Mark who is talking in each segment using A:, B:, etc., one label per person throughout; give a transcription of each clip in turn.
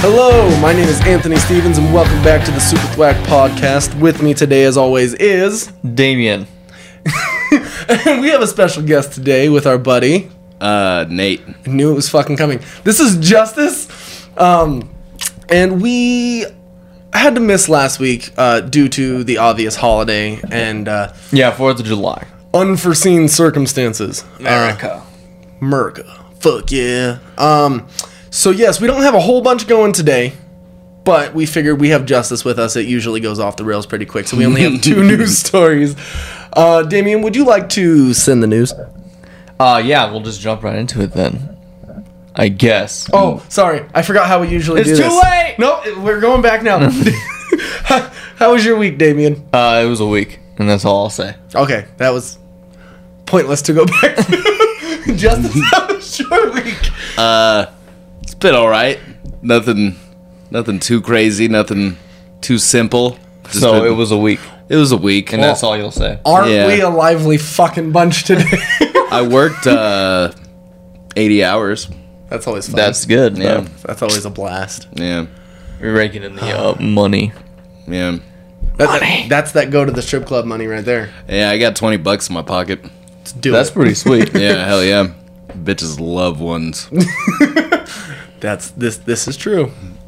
A: Hello, my name is Anthony Stevens, and welcome back to the Super Thwack Podcast. With me today, as always, is.
B: Damien.
A: we have a special guest today with our buddy.
C: Uh, Nate.
A: I knew it was fucking coming. This is Justice. Um, and we had to miss last week uh, due to the obvious holiday and uh,
B: Yeah, Fourth of July.
A: unforeseen circumstances. America. Fuck yeah. Um, so yes, we don't have a whole bunch going today, but we figured we have justice with us. It usually goes off the rails pretty quick, so we only have two news stories. Uh, Damien, would you like to send the news?
B: Uh, yeah, we'll just jump right into it then. I guess.
A: Oh, sorry, I forgot how we usually
B: It's
A: do
B: too
A: this.
B: late!
A: No, it- we're going back now. how, how was your week, Damien?
B: Uh, it was a week, and that's all I'll say.
A: Okay, that was pointless to go back. to. justice, that was your week.
C: It's been all right. Nothing, nothing too crazy. Nothing too simple. Just
B: So
C: been-
B: it was a week,
C: It was a week,
B: and that's all you'll say.
A: Aren't
C: Yeah.
A: we a lively fucking bunch today?
C: I worked uh, eighty hours.
A: That's always fun.
B: That's good.
C: Yeah,
A: That's always a blast.
C: yeah,
B: We're raking in the uh, money.
C: yeah,
A: That, that, that's that go to the strip club money right there.
C: yeah. I got twenty bucks in my pocket.
A: Let's do
B: That's
A: it.
B: pretty sweet.
C: Yeah, hell yeah. Bitches love ones. Do
A: That's this. This is true.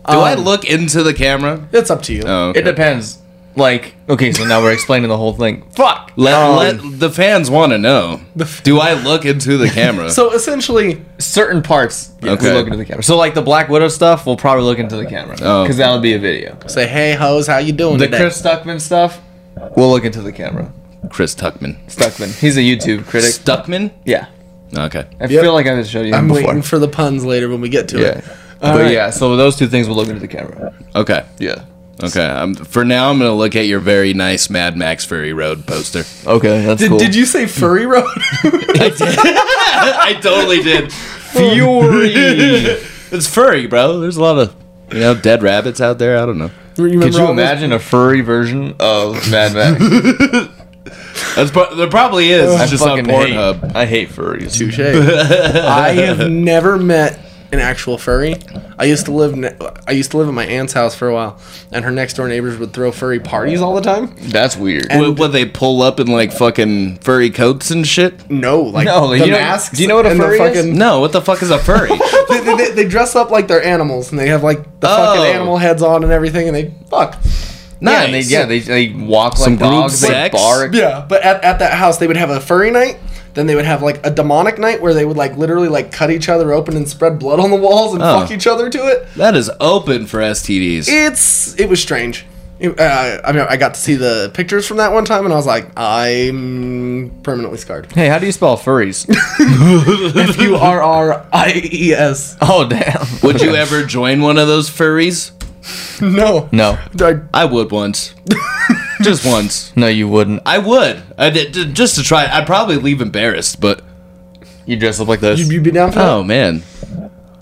A: Do
C: I look into the camera?
A: It's up to you.
C: Oh,
B: Um, It depends. Like, okay, so now we're explaining the whole thing. Fuck! Um,
C: let, let the fans want to know. Do I look into the camera?
A: so essentially,
B: Certain parts, yeah,
C: Okay.
B: we look into the camera. So, like, the Black Widow stuff, we'll probably look into the camera.
C: Oh.
B: Because that'll be a video.
A: say, "Hey, hoes, how you doing
B: The
A: today?"
B: Chris Stuckman stuff, we'll look into the camera.
C: Chris Tuckman.
B: Stuckman. He's a YouTube critic.
C: Stuckman?
B: Yeah.
C: Okay.
B: I
A: Yep.
B: feel like I've showed you him
A: I'm
B: before.
A: waiting for the puns later when we get to
B: yeah.
A: it.
B: but
A: right.
B: yeah, so those two things will look into the camera.
C: Okay.
B: Yeah.
C: Okay, I'm, for now I'm gonna look at your very nice Mad Max Fury Road poster.
B: Okay, that's
A: Did,
B: cool.
A: did you say furry road?
C: I totally did.
B: Fury?
C: It's furry, bro. There's a lot of you know dead rabbits out there. I don't know.
A: Remember
B: Could you
A: all those-
B: imagine a furry version of Mad Max?
C: That's pro- there probably is. It's
B: I
C: just on
B: fucking hate.
C: Pornhub.
B: I hate furries.
A: Touche. I have never met an actual furry. I used to live. Ne- I used to live at my aunt's house for a while, and her next door neighbors would throw furry parties all the time.
B: That's weird.
C: What, what they pull up in like fucking furry coats and shit?
A: No, like
B: No, like,
A: the
B: you know-
A: masks.
B: do you know what a
A: and the
B: furry is?
A: fucking-
C: No, what the fuck is a furry?
A: they, they- they, they dress up like they're animals and they have like the
C: Oh.
A: fucking animal heads on and everything and they fuck.
B: Yeah,
C: nice.
B: and they, yeah, they, they walk
C: Some
B: like dogs.
C: group
B: They
C: sex?
B: bark.
A: Yeah. But at, at that house they would have a furry night, then they would have like a demonic night where they would like literally like cut each other open and spread blood on the walls and
C: Oh.
A: fuck each other to it.
C: that is open for STDs.
A: It's it was strange. It- uh, I mean, I got to see the pictures from that one time, and I was like, I'm permanently scarred.
B: Hey, how do you spell furries?
A: F U R R I E S.
B: oh damn.
C: would you ever join one of those furries?
A: No.
B: No,
A: I-
C: I would once. just once.
B: no, you wouldn't.
C: I would. I did, d- just to try. it. I'd probably leave embarrassed, but
B: You dress up like this.
A: You'd
B: You,
A: you'd be down for that?
C: oh man,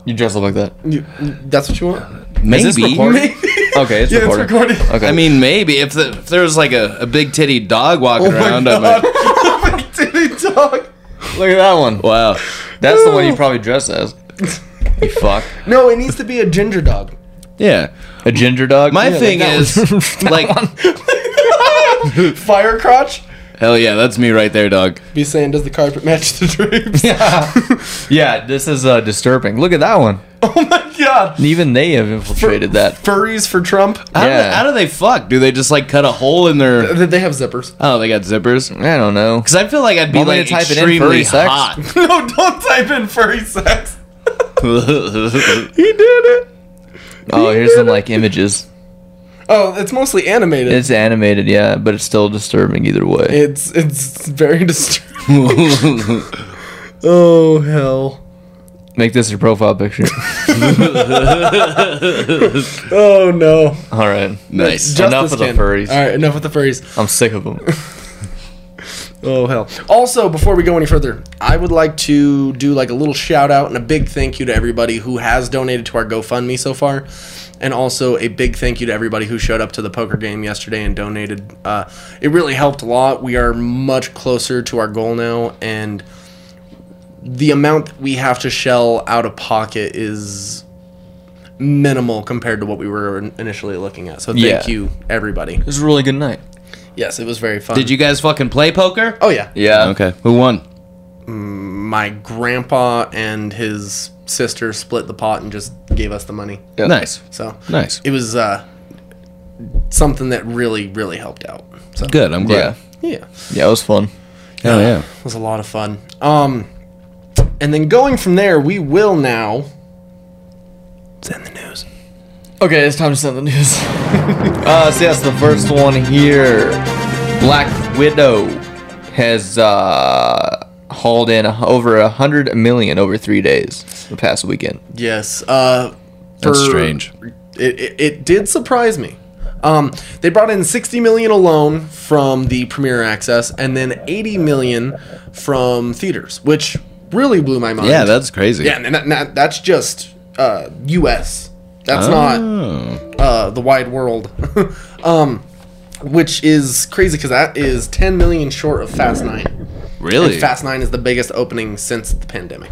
B: dress up like that.
A: You- you- that's what you want?
C: maybe.
B: Is this recorded? Okay, it's
A: Yeah, it's
B: recorded.
A: recorded.
B: Okay.
C: I mean, maybe if, the, if there was like a, a big titty dog
B: Oh
C: walking
A: my
C: around, I'm like,
A: Titty dog.
B: look at that one.
C: wow.
B: That's the one you probably dress as. You fuck.
A: No, it needs to be a ginger dog.
C: Yeah.
B: A ginger dog.
C: My
B: Yeah, like
C: thing
B: that one.
C: is, like,
A: Fire crotch.
C: hell yeah, that's me right there, dog.
A: Be saying, does the carpet match the drapes?
B: yeah. yeah, this is uh, disturbing. Look at that one.
A: oh my god.
B: Even they have infiltrated that.
A: Furries for Trump.
C: How, do
B: Yeah.
C: they, how do they fuck? Do they just like cut a hole in their?
A: Th- Ah, They have zippers.
C: Oh, they got zippers.
B: I don't know.
C: Because I feel like I'd be
B: Want me
C: like
B: to type it in,
C: extremely
B: furry sex?
C: hot.
A: no, don't type in furry sex.
C: That's
A: He did it.
B: Oh, here's some like images.
A: Oh, it's mostly animated. It's
B: It's animated, yeah, but it's still disturbing either way.
A: it's, very disturbing. Oh hell.
B: Make this your profile picture.
A: Oh no.
B: All right.
C: nice.
B: Just- Enough of the furries.
A: All right, enough with the furries.
B: I'm sick of them.
A: Oh hell. Also, before we go any further, I would like to do like a little shout out and a big thank you to everybody who has donated to our GoFundMe so far. And also a big thank you to everybody who showed up to the poker game yesterday and donated. Uh, it really helped a lot. We are much closer to our goal now, and the amount that we have to shell out of pocket is minimal compared to what we were in- initially looking at. So thank
B: Yeah.
A: you, everybody.
B: was a really good night.
A: Yes, it was very fun.
C: Did you guys fucking play poker?
A: Oh yeah.
B: Yeah.
C: Okay. Who won?
A: My grandpa and his sister split the pot and just gave us the money.
C: Nice.
A: So
C: Nice.
A: it was uh, something that really, really helped out. So
C: Good. I'm
B: Yeah.
C: glad.
A: yeah,
B: Yeah, it was fun.
C: Hell yeah.
A: it was a lot of fun. Um, and then going from there, we will now send the news.
B: Okay, it's time to send the news. uh, so yes, the first one here, Black Widow has uh, hauled in over a hundred million over three days the past weekend.
A: Yes. Uh,
C: That's
A: for-
C: strange.
A: It, it, it did surprise me. Um, they brought in 60 million alone from the premiere access, and then 80 million from theaters, which really blew my mind.
C: Yeah, that's crazy.
A: yeah, and that, that, that's just uh, U.S. That's
C: Oh.
A: not uh, the wide world, um, which is crazy because that is 10 million short of Fast Nine. And
C: Really?
A: Fast Nine is the biggest opening since the pandemic.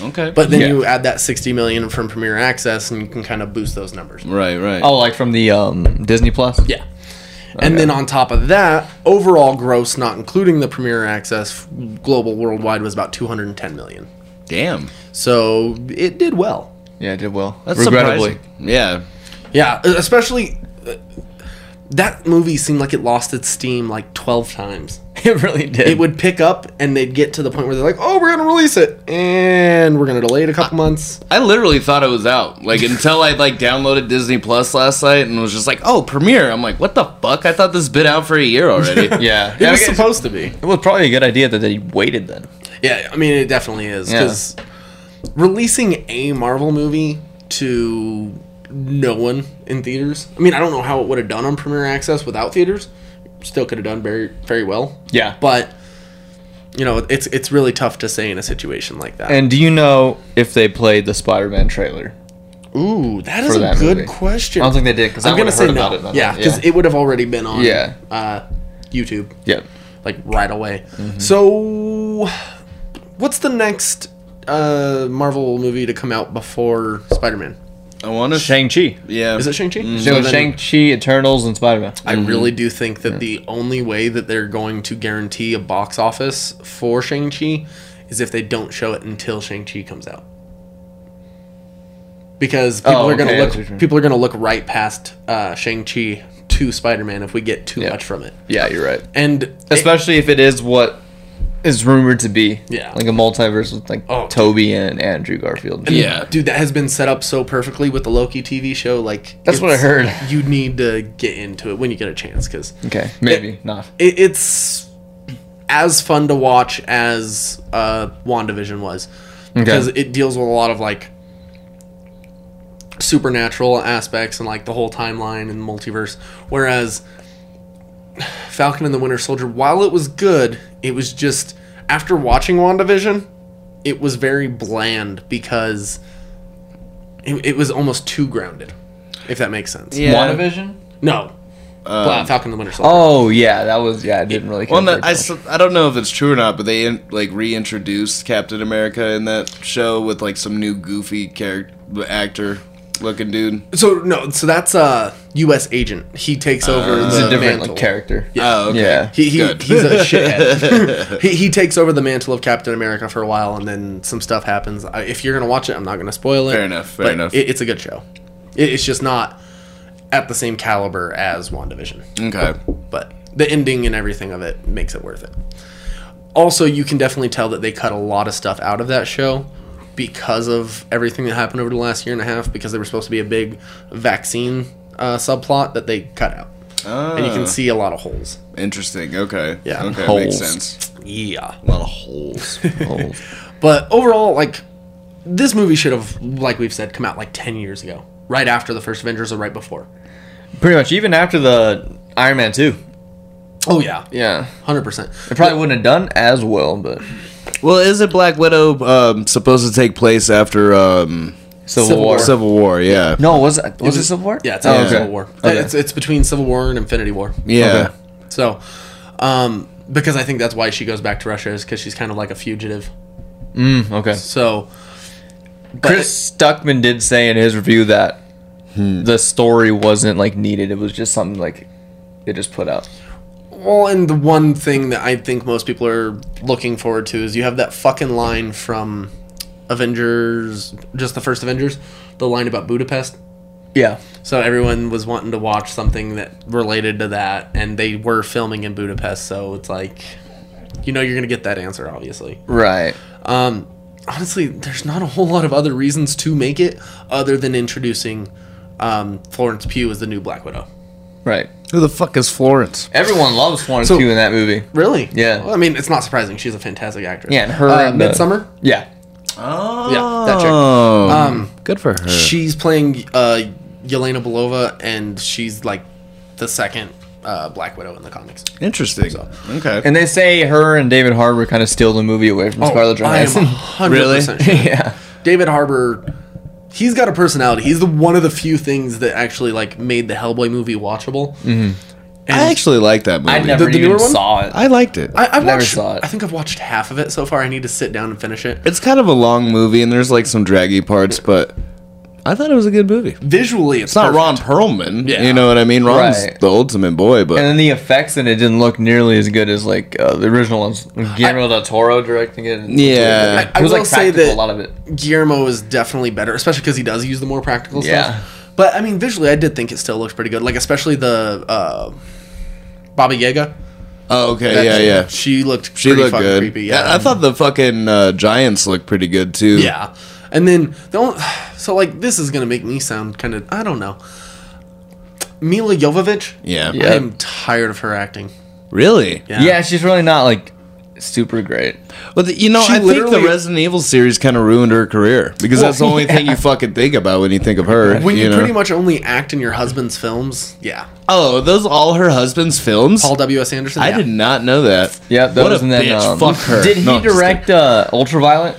C: Okay.
A: But then
B: Yeah.
A: you add that 60 million from Premiere Access, and you can kind of boost those numbers.
C: right, right.
B: Oh, like from the um, Disney Plus.
A: Yeah. And then on top of that, overall gross, not including the Premiere Access, f- global worldwide was about 210 million.
C: damn.
A: So it did well.
B: yeah, it did well.
C: That's
B: regrettably.
C: surprising. Yeah.
A: Yeah, E, especially uh, that movie seemed like it lost its steam like 12 times.
B: It really did.
A: It would pick up and they'd get to the point where they're like, "Oh, we're going to release it." And we're going to delay it a couple months.
C: I literally thought it was out. Like until I like downloaded Disney Plus last night and was just like, "Oh, premiere." I'm like, "What the fuck? I thought this been out for a year already."
B: yeah,
A: It
B: Yeah,
A: was
B: I guess-
A: supposed to be.
B: it was probably a good idea that they waited then.
A: Yeah, I mean it definitely is
B: Yeah.
A: because releasing a Marvel movie to no one in theaters. I mean, I don't know how it would have done on Premiere Access without theaters. Still could have done very very well.
B: Yeah.
A: but you know it's it's really tough to say in a situation like that.
B: And do you know if they played the Spider-Man trailer?
A: Ooh, that is
B: For
A: a
B: that
A: good
B: movie.
A: question.
B: I don't think they did because
A: I'm
B: I'm
A: gonna
B: going
A: say no.
B: about it. by
A: yeah,
B: then.
A: because it would have already been on
B: Yeah.
A: uh, YouTube
B: yeah.
A: like right away.
B: Mm-hmm.
A: So, what's the next uh, Marvel movie to come out before Spider Man?
C: I want to.
B: Shang Chi.
C: yeah.
A: Is it Shang Chi?
B: So Shang Chi, Eternals, and Spider Man.
A: I really do think that the only way that they're going to guarantee a box office for Shang Chi is if they don't show it until Shang Chi comes out. Because people
B: Oh,
A: are going
B: okay, I
A: to
B: see what you
A: look
B: mean.
A: people are going to look right past uh, Shang Chi to Spider Man if we get too
B: Yeah.
A: much from it.
B: Yeah, you're right.
A: And it-
B: Especially if it is what is rumored to be.
A: Yeah.
B: Like a multiverse with like
A: Oh,
B: Toby and Andrew Garfield.
C: Yeah.
A: dude that has been set up so perfectly with the loki tv show like
B: That's what I
A: it's-
B: heard.
A: you need to get into it when you get a chance because
B: Okay. Maybe not.
A: it, it's as fun to watch as uh wandavision was because it deals with a lot of like supernatural aspects and like the whole timeline and multiverse whereas falcon and the winter soldier while it was good it was just after watching wandavision it was very bland because it, it was almost too grounded if that makes sense
C: Yeah.
B: WandaVion?
A: no Bla- falcon and the winter soldier
B: Oh yeah, that was yeah, I didn't really
C: Well,
B: care
C: no,
B: for
C: I,
B: it.
C: s- I don't know if it's true or not, but they in, like reintroduced Captain America in that show with like some new goofy character actor looking dude.
A: So no, so that's uh U.S. agent. He takes
C: Uh,
A: over the
B: It's a different
A: mantle.
B: like character.
C: Oh, okay.
B: Yeah.
A: He, he
C: Good.
A: he's a shithead. he he takes over the mantle of Captain America for a while, and then some stuff happens. I, if you're gonna watch it, I'm not gonna spoil it.
C: Fair enough, fair
A: but
C: enough.
A: It, it's a good show. It, it's just not at the same caliber as Wandavision,
C: Okay.
A: but the ending and everything of it makes it worth it. Also, you can definitely tell that they cut a lot of stuff out of that show because of everything that happened over the last year and a half. Because there was supposed to be a big vaccine uh, subplot that they cut out, and you
C: Ah,
A: can see a lot of holes.
C: Oh, interesting. Okay.
A: Yeah.
C: Okay.
B: Holes.
C: Makes sense.
A: Yeah.
C: A lot of holes.
B: Oh.
A: But overall, like this movie should have, like we've said, come out like ten years ago, right after the first Avengers or right before.
B: Pretty much even after the Iron Man 2.
A: Oh yeah,
B: Yeah.
A: hundred percent.
B: It probably wouldn't have done as well, but
C: well, is it Black Widow um, supposed to take place after um,
B: Civil,
A: Civil
B: War.
A: War.
C: Civil War? Yeah.
B: No, was it was it,
A: was-
B: Civil War?
A: Yeah, it's
B: oh,
A: after
B: okay.
A: Civil War.
B: Okay.
A: It's it's between Civil War and Infinity War.
C: Yeah.
A: So, um, because I think that's why she goes back to Russia is because she's kind of like a fugitive.
B: Mm, okay.
A: So,
B: But Chris Stuckman did say in his review that
C: Hmm.
B: the story wasn't like needed. It was just something like they just put out.
A: Well, and the one thing that I think most people are looking forward to is you have that fucking line from Avengers, just the first Avengers, the line about Budapest.
B: Yeah.
A: So everyone was wanting to watch something that related to that, and they were filming in Budapest. So it's like, you know, you're gonna get that answer, obviously.
B: Right.
A: Um, honestly, there's not a whole lot of other reasons to make it other than introducing um, Florence Pugh as the new Black Widow.
B: Right.
C: Who the fuck is Florence?
B: Everyone loves Florence
A: So-
B: Pugh in that movie.
A: Really?
B: Yeah.
A: Well, I mean, it's not surprising. She's a fantastic actress.
B: Yeah, and her
A: Uh,
B: and the-
A: Midsummer.
B: Yeah.
C: Oh,
A: Yeah, that chick.
C: Um, good for her.
A: She's playing uh, Yelena Belova, and she's like the second uh, Black Widow in the comics.
C: Interesting. Okay.
B: And they say her and David Harbour kind of steal the movie away from Oh, Scarlett
A: Oh, I am
B: Johansson.
A: 100% sure.
B: yeah.
A: David Harbour, he's got a personality. He's the one of the few things that actually like made the Hellboy movie watchable. Mm-hmm. And
C: I actually like that movie.
B: I never
A: the
B: even
A: newer one?
B: saw it.
C: I liked it.
A: I, I've
B: Never
A: watched,
B: saw it.
A: I think I've watched half of it so far. I need to sit down and finish it.
C: it's kind of a long movie, and there's like some draggy parts, but I thought it was a good movie. It's
A: Visually, it's,
C: not
A: perfect.
C: Ron Perlman.
A: Yeah.
C: You know what I mean? Ron's
B: Right.
C: the ultimate boy, but
B: and then the effects in it didn't look nearly as good as like uh, the original ones. Guillermo del Toro directing it.
C: yeah.
A: I-
B: it was
A: will
B: like
A: say
B: practical,
A: that-
B: a lot of it.
A: Guillermo is definitely better, especially because he does use the more practical
B: Yeah.
A: stuff. But I mean, visually, I did think it still looks pretty good. Like especially the uh, Baba Yaga.
C: oh, okay, yeah, yeah.
A: She looked
C: She
A: pretty
C: looked
A: fucking
C: good.
A: creepy.
C: I,
A: Yeah,
C: I thought the fucking uh, giants looked pretty good too.
A: yeah. And then the only, so like this is gonna make me sound kind of I don't know. Mila Jovovich.
C: yeah,
B: Yeah.
A: I am tired of her acting.
C: Really?
A: Yeah.
B: yeah. she's really not like super great.
C: Well, the, you know,
A: She
C: I think the
A: literally-
C: Resident Evil series kind of ruined her career because
B: Well,
C: that's the only
B: yeah.
C: thing you fucking think about when you think of her.
A: When you,
C: know?
A: pretty much only act in your husband's films, yeah.
C: oh, those all her husband's films.
A: Paul W. S. Anderson.
C: I
A: yeah.
C: did not know that.
B: Yeah, that
C: what
B: was
C: a
B: in that,
C: bitch.
B: um,
C: Fuck her.
B: Did he
C: No, I'm just
B: direct uh, Ultraviolet?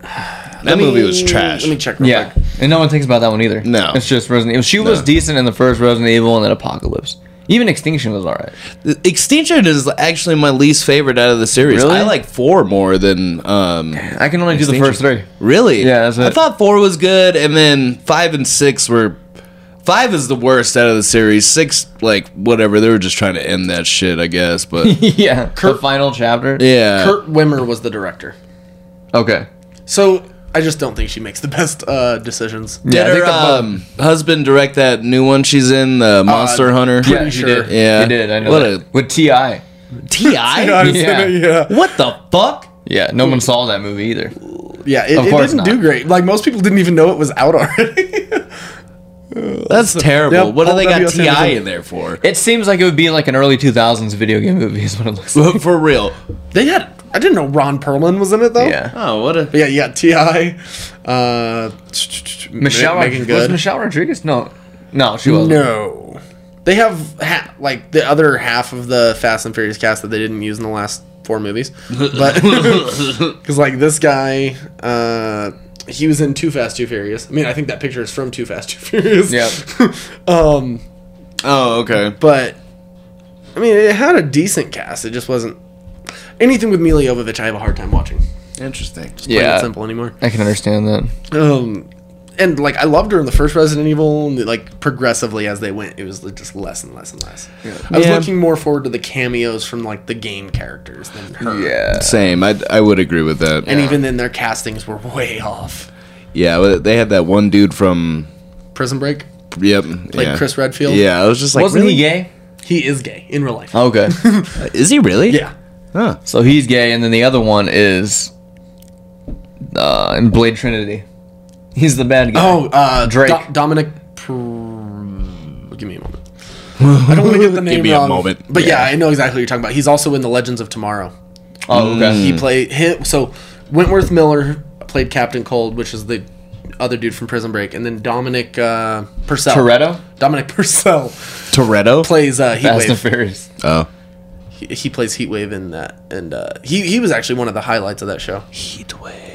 C: kidding. that movie? Was trash.
A: Let me check. Real
B: yeah,
A: Quick.
B: and no one thinks about that one either.
C: No.
B: it's just Resident Evil. She was
C: No.
B: decent in the first Resident Evil and then Apocalypse. Even Extinction was alright.
C: Extinction is actually my least favorite out of the series.
B: Really?
C: I like four more than um.
B: I can only do the first three.
C: Really?
B: Yeah, that's
C: I
B: it.
C: thought four was good, and then five and six were. Five is the worst out of the series. Six, like whatever, they were just trying to end that shit, I guess. But
B: yeah, the final chapter.
C: yeah,
A: Kurt Wimmer was the director.
B: Okay.
A: So I just don't think she makes the best uh, decisions.
C: did
B: Yeah, I think the
C: her
B: bu-
C: um, husband direct that new one she's in, the Monster Hunter?
B: Yeah, he
A: sure.
B: did.
C: Yeah.
B: he did. I know.
C: What
B: that.
C: a-
B: with Ti.
C: Ti.
B: Yeah.
C: What the fuck?
B: Yeah, no one saw that movie either.
A: Yeah, it,
B: Of
A: it
B: course
A: didn't
B: not.
A: do great. Like most people didn't even know it was out already.
C: That's terrible.
A: Yep,
C: what do
A: Paul
C: they got
A: W.S.
C: Ti
A: Anderson.
C: in there for?
B: It seems like it would be like an early 2000s video game movie is what it looks like.
C: for real?
A: they had. I didn't know Ron Perlman was in it though.
B: Yeah.
C: Oh, what
A: But
C: a
A: yeah, you got Ti. Uh,
B: Michelle
A: Ma- Megan
B: Rodriguez. Was
A: Good.
B: Michelle Rodriguez? No. No, she wasn't.
A: no, they have ha- like the other half of the Fast and Furious cast that they didn't use in the last four movies. But because like this guy, uh, he was in Too Fast, Too Furious. I mean, I think that picture is from Too Fast, Too Furious.
B: Yeah.
A: um.
C: oh, okay.
A: but I mean, it had a decent cast. It just wasn't anything with Mila Jovovich. I have a hard time watching.
C: Interesting.
A: Plain and
B: Yeah.
A: simple anymore.
B: I can understand that.
A: Um, and like I loved her in the first Resident Evil, and like progressively as they went, it was just less and less and less. I was
C: Yeah.
A: looking more forward to the cameos from like the game characters than her.
B: Yeah.
C: Same. I I would agree with that.
A: And even then, their castings were way off.
C: yeah, well, they had that one dude from
A: Prison Break,
C: Yep.
A: like Chris Redfield.
C: Yeah, I was just like,
B: Wasn't
C: really?
B: he gay?
A: he is gay in real
C: Oh.
A: life.
B: Okay.
C: Is he really?
A: Yeah,
C: Huh.
B: so he's gay, and then the other one is uh, in Blade Trinity. He's the bad guy.
A: Oh, uh,
B: Drake.
A: Do- Dominic. Pr- give me a moment. I don't want to get the name
C: me a
A: wrong,
C: moment.
A: But yeah. I know exactly what you're talking about. He's also in the Legends of Tomorrow.
B: Oh, okay.
A: He played him. So Wentworth Miller played Captain Cold, which is the other dude from Prison Break, and then Dominic uh, Purcell.
B: Toretto?
A: Dominic Purcell
C: Toretto?
A: plays uh, Heatwave.
B: Fast and Furious.
C: oh.
A: he, he plays Heatwave in that, and uh, he he was actually one of the highlights of that show.
C: Heatwave.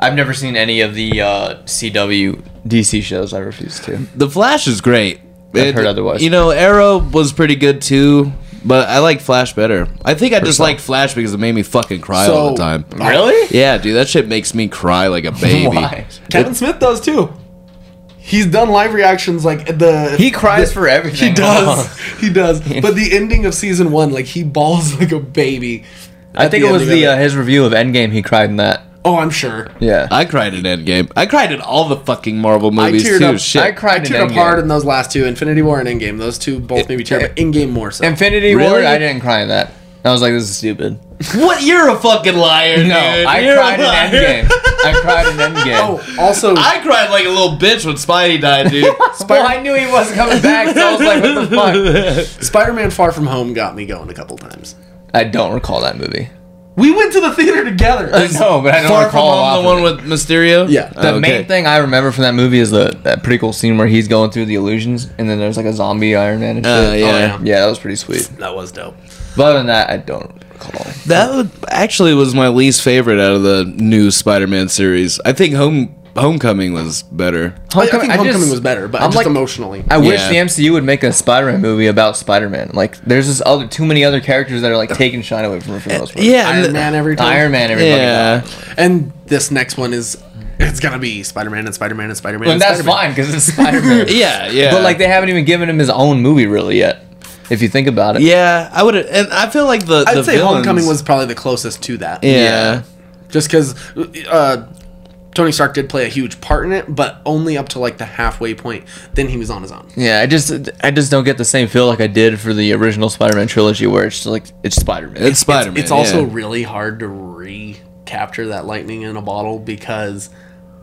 B: I've never seen any of the uh, CW DC shows. I refuse to.
C: The Flash is great.
B: heard otherwise.
C: You know, Arrow was pretty good too, But I like Flash better. I think I just like Flash because it made me fucking cry all the
A: So- uh,
C: time.
B: Really?
C: Yeah, dude, that shit makes me cry like a baby.
B: Why?
A: Kevin Smith does too. He's done live reactions like at the
B: He cries for everything.
A: He does. he does. But the ending of season one, like he balls like a baby.
B: I
A: at
B: think it was
A: ending
B: the
A: of
B: uh, his review of Endgame. He cried in that. Uh,
A: oh, I'm sure.
B: Yeah.
C: I cried in Endgame. I cried in all the fucking Marvel movies
A: teared
C: too.
A: up.
C: Shit.
B: I cried in
A: I teared up
B: Endgame.
A: hard in those last two, Infinity War and Endgame. Those two both made me tear, up, but Endgame more so.
B: Infinity War.
C: Really?
B: I didn't cry in that. I was like, this is stupid.
C: What? You're a fucking liar.
B: No,
C: dude.
B: I
C: You're a
B: cried in
C: liar.
B: Endgame. I cried in Endgame.
A: oh, also,
C: I cried like a little bitch when Spidey died, dude.
B: Well, I knew he wasn't coming back, so I was like, what the
A: Spider-Man: Far From Home got me going a couple times.
B: fuck? I don't recall that movie.
A: We went to the theater together.
B: No, but I don't
C: Far from
B: recall
C: home,
B: off
C: the
B: of
C: one with Mysterio.
A: Yeah.
B: The
C: Oh, okay.
B: main thing I remember from that movie is the that pretty cool scene where he's going through the illusions, and then there's like a zombie Iron Man. And shit.
C: Oh, yeah.
A: yeah.
B: yeah, that was pretty sweet.
A: that was dope.
B: But other than that, I don't recall.
C: That would, actually was my least favorite out of the new Spider-Man series. I think Home Homecoming was better.
A: I, I think Homecoming was better, but
B: I'm
A: just
B: like-
A: emotionally.
B: I wish
C: Yeah.
B: the MCU would make a Spider-Man movie about Spider-Man. Like, there's just other too many other characters that are like taking shine away from her for the most part.
C: Yeah,
A: Iron
C: and-
A: Man every time.
B: Iron Man, every fucking time.
C: Yeah.
A: And this next one is it's gonna be Spider-Man and Spider-Man and Spider-Man.
B: And that's
A: Spider-Man.
B: fine because it's Spider-Man.
C: Yeah, yeah.
B: But like, they haven't even given him his own movie really yet. If you think about it,
C: yeah, I would, and I feel like the. the
A: I'd say
C: villains-
A: Homecoming was probably the closest to that.
C: Yeah.
A: Just because uh, Tony Stark did play a huge part in it, but only up to like the halfway point. Then he was on his own.
B: Yeah, I just I just don't get the same feel like I did for the original Spider-Man trilogy, where it's just like it's Spider-Man.
C: it's Spider-Man.
A: it's also
C: yeah.
A: really hard to recapture that lightning in a bottle because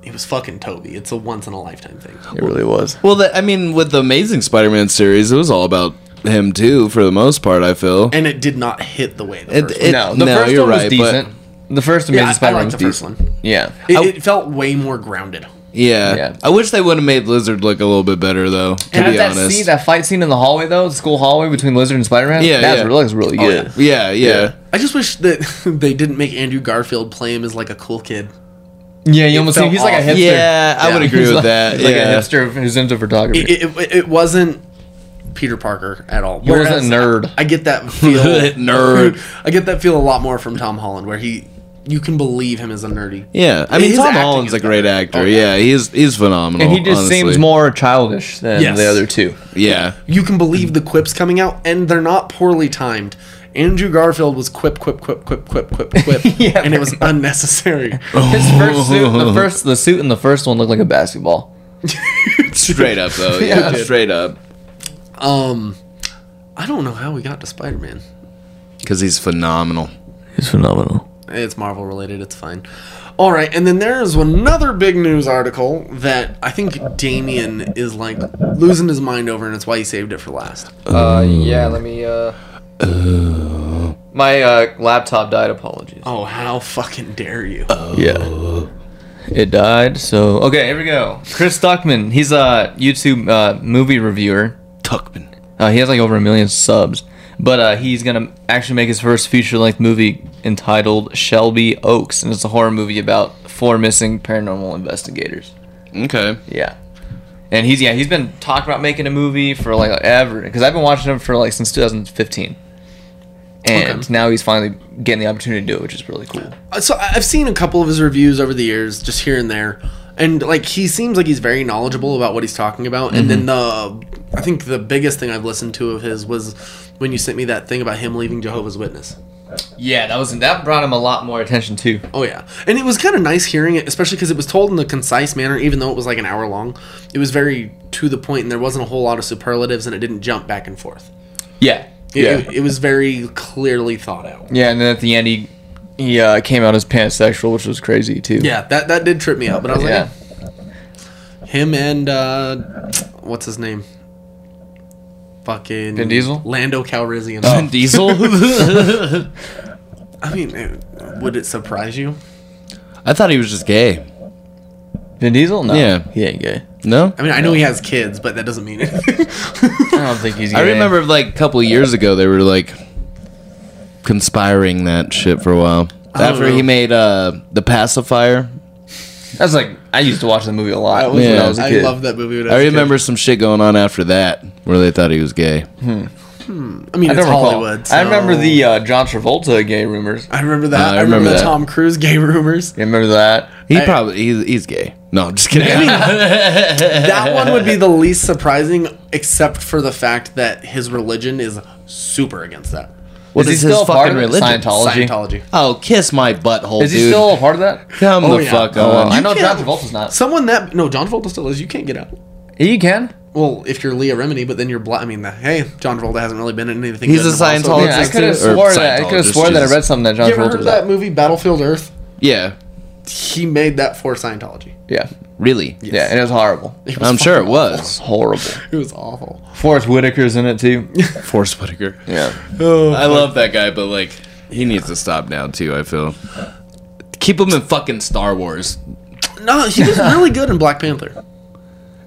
A: it was fucking Toby. It's a once in a lifetime thing.
B: it really was.
C: well, the, I mean, with the Amazing Spider-Man series, it was all about him too, for the most part. I feel.
A: And it did not hit the way the
C: It-
A: first
C: it-
A: one.
B: no, the
C: no,
B: first
C: you're
B: one was
C: right, but-
B: decent. The first Amazing
A: Yeah, I, I
B: Spider-Man
A: liked
B: was
A: the first
B: decent.
A: one.
B: Yeah,
A: It,
C: I-
A: it felt way more grounded.
C: yeah.
B: Yeah.
C: I wish they would have made Lizard look a little bit better, though. To
B: and
C: be
B: that
C: honest.
B: scene, that fight scene in the hallway though, the school hallway between Lizard and Spider-Man.
C: Yeah,
B: that
C: yeah.
B: really looks really
A: Oh,
B: good.
A: yeah.
C: yeah, yeah.
A: I just wish that they didn't make Andrew Garfield play him as like a cool kid.
B: yeah. you almost
A: felt
B: see he's like a
A: off.
B: hipster.
C: Yeah, I would agree
B: he's
C: with
B: like-
C: that,
B: he's like
C: yeah.
B: a hipster who's into photography.
A: It, it, it- it wasn't Peter Parker at all.
B: Whereas
A: Whereas
B: a nerd.
A: I get that feel
C: Nerd.
A: I get that feel a lot more from Tom Holland, where he you can believe him as a nerdy.
C: Yeah, I mean
A: His
C: Tom
A: acting
C: Holland's
A: is
C: a great
A: better.
C: actor.
A: Oh,
C: yeah. he's he's phenomenal.
B: and he just
C: oh, honestly.
B: seems more childish than
A: Yes.
B: the other two.
C: Yeah,
A: You can believe the quips coming out, and they're not poorly timed. Andrew Garfield was quip quip quip quip quip quip quip,
B: Yeah,
A: and it was
B: pretty
A: unnecessary.
B: His first suit, the first the suit in the first one looked like a basketball.
C: straight up though. Yeah, straight up.
A: Um, I don't know how we got to Spider Man.
C: Because he's phenomenal.
B: It's phenomenal.
A: It's Marvel related. It's fine. All right, and then there is another big news article that I think Damien is like losing his mind over, and it's why he saved it for last.
B: Uh, yeah, let me, uh... My, uh, laptop died, apologies.
A: Oh, how fucking dare you!
B: Uh. Yeah. It died, so... Okay, here we go. Chris Stuckman, he's a YouTube, uh, movie reviewer.
C: Tuckman.
B: Uh, he has, like, over a million subs. But, uh, he's gonna actually make his first feature-length movie entitled Shelby Oaks, and it's a horror movie about four missing paranormal investigators.
C: Okay.
B: Yeah. And he's yeah he's been talking about making a movie for like ever because I've been watching him for like since 2015, and
A: Okay.
B: now he's finally getting the opportunity to do it, which is really cool.
A: Uh, So I- I've seen a couple of his reviews over the years, just here and there, and like he seems like he's very knowledgeable about what he's talking about. And then
B: Mm-hmm.
A: the I think the biggest thing I've listened to of his was when you sent me that thing about him leaving Jehovah's Witness.
B: Yeah, that was that brought him a lot more attention too.
A: Oh yeah, and it was kind of nice hearing it, especially because it was told in a concise manner. Even though it was like an hour long, it was very to the point, and there wasn't a whole lot of superlatives, and it didn't jump back and forth.
B: Yeah,
A: It,
B: yeah,
A: it, it was very clearly thought out.
B: yeah. And then at the end he he uh, came out as pansexual, which was crazy too.
A: Yeah, that that did trip me out, but I was "Eh,
B: yeah.
A: like, him and uh, what's his name? Fucking
B: Vin Diesel? Oh.
A: Lando Calrissian.
C: Vin Diesel.
A: I mean, it- would it surprise you?
C: I thought he was just gay.
B: Vin Diesel? No,
C: Yeah.
B: he ain't gay.
C: No.
A: I mean, I know he has kids, but that doesn't mean anything.
B: I don't think he's. gay.
C: I remember like a couple years ago they were like conspiring that shit for a while.
B: Oh,
A: don't
C: After
A: know.
C: he made uh the pacifier,
B: that's like I used to watch the movie a lot
A: I, was,
B: when
C: Yeah.
B: I was a
A: I
B: kid.
A: love that movie. When I,
C: I
A: was a kid.
C: remember some shit going on after that where they thought he was gay.
A: I mean,
B: I
A: it's
B: don't recall.
A: Hollywood.
B: I remember
A: so-
B: the uh, John Travolta gay rumors.
A: I remember that.
C: Uh,
A: I remember,
C: remember
A: the
C: that.
A: Tom Cruise gay rumors.
B: You remember that?
C: He
A: I-
C: probably he's, he's gay. No, I'm just kidding.
A: That one would be the least surprising, except for the fact that his religion is super against that.
B: Is
C: What
B: he
C: is
B: still
C: his
B: a part of
C: fucking
B: it?
C: religion?
B: Scientology?
A: Scientology.
C: Oh, kiss my butthole,
B: Is he
C: dude.
B: still a part of that?
C: Come
A: Oh,
C: the
A: yeah.
C: fuck
A: Oh,
C: on.
B: I know
A: You
B: John
A: can't-
B: Travolta's not.
A: Someone that no, John Travolta still is. You can't get out.
B: He can.
A: Well, if you're Leah Remini, but then you're black. I mean, the, hey, John Travolta hasn't really been in anything.
C: He's
A: good
C: a
A: in while, so-
C: Scientologist.
B: Yeah, I could have
C: too? Or
B: swore that. I could have
C: Scientologist,
B: swore that I
C: Jesus.
B: read something that John
A: You ever
B: Travolta
A: heard
B: was.
A: that movie Battlefield Earth?
C: yeah,
A: He made that for Scientology.
B: Yeah,
C: really.
B: yeah, and it was horrible. It
A: It was
C: I'm sure it
A: fucking
C: was.
B: horrible.
A: awful. It was awful.
B: Forrest Whitaker's in it too.
C: Forrest Whitaker.
B: Yeah.
C: I love that guy, but like he needs to stop now too. I feel. Keep him in fucking Star Wars.
A: No, he was really good in Black Panther.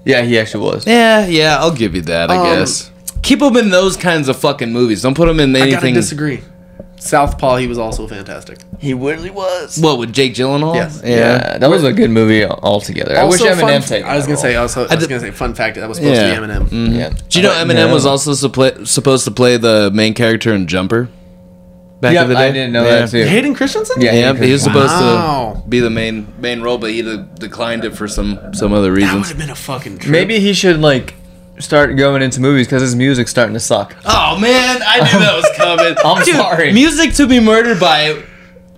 B: Yeah, he actually was.
C: Yeah, yeah, I'll give you that. I
A: Um,
C: guess. Keep him in those kinds of fucking movies. Don't put him in
A: I gotta
C: anything.
A: disagree. Southpaw, he was also fantastic.
B: He really was.
C: What with Jake Gyllenhaal?
A: Yes.
C: Yeah.
B: Yeah, that was a good movie altogether. I wish
A: Also, fun-
B: Eminem taken.
A: I was
B: that
A: gonna say.
B: role.
A: Also, I was
C: did-
A: gonna say. Fun fact: that was supposed
C: Yeah. Mm-hmm.
A: to be Eminem.
B: Yeah.
C: Do you know
B: I
C: Eminem
B: don't
C: was also suppo- supposed to play the main character in Jumper? Back
B: Yep, I didn't know
C: Yeah.
B: that too.
A: Hayden Christensen.
B: Yeah.
C: Yeah, he was supposed
A: Wow.
C: to be the main main role, but he de- declined it for some some other
A: that would
C: reasons.
A: have been a fucking trip.
B: Maybe he should like start going into movies because his music's starting to suck.
C: Oh man, I knew that was coming.
B: I'm sorry.
C: Music to be murdered by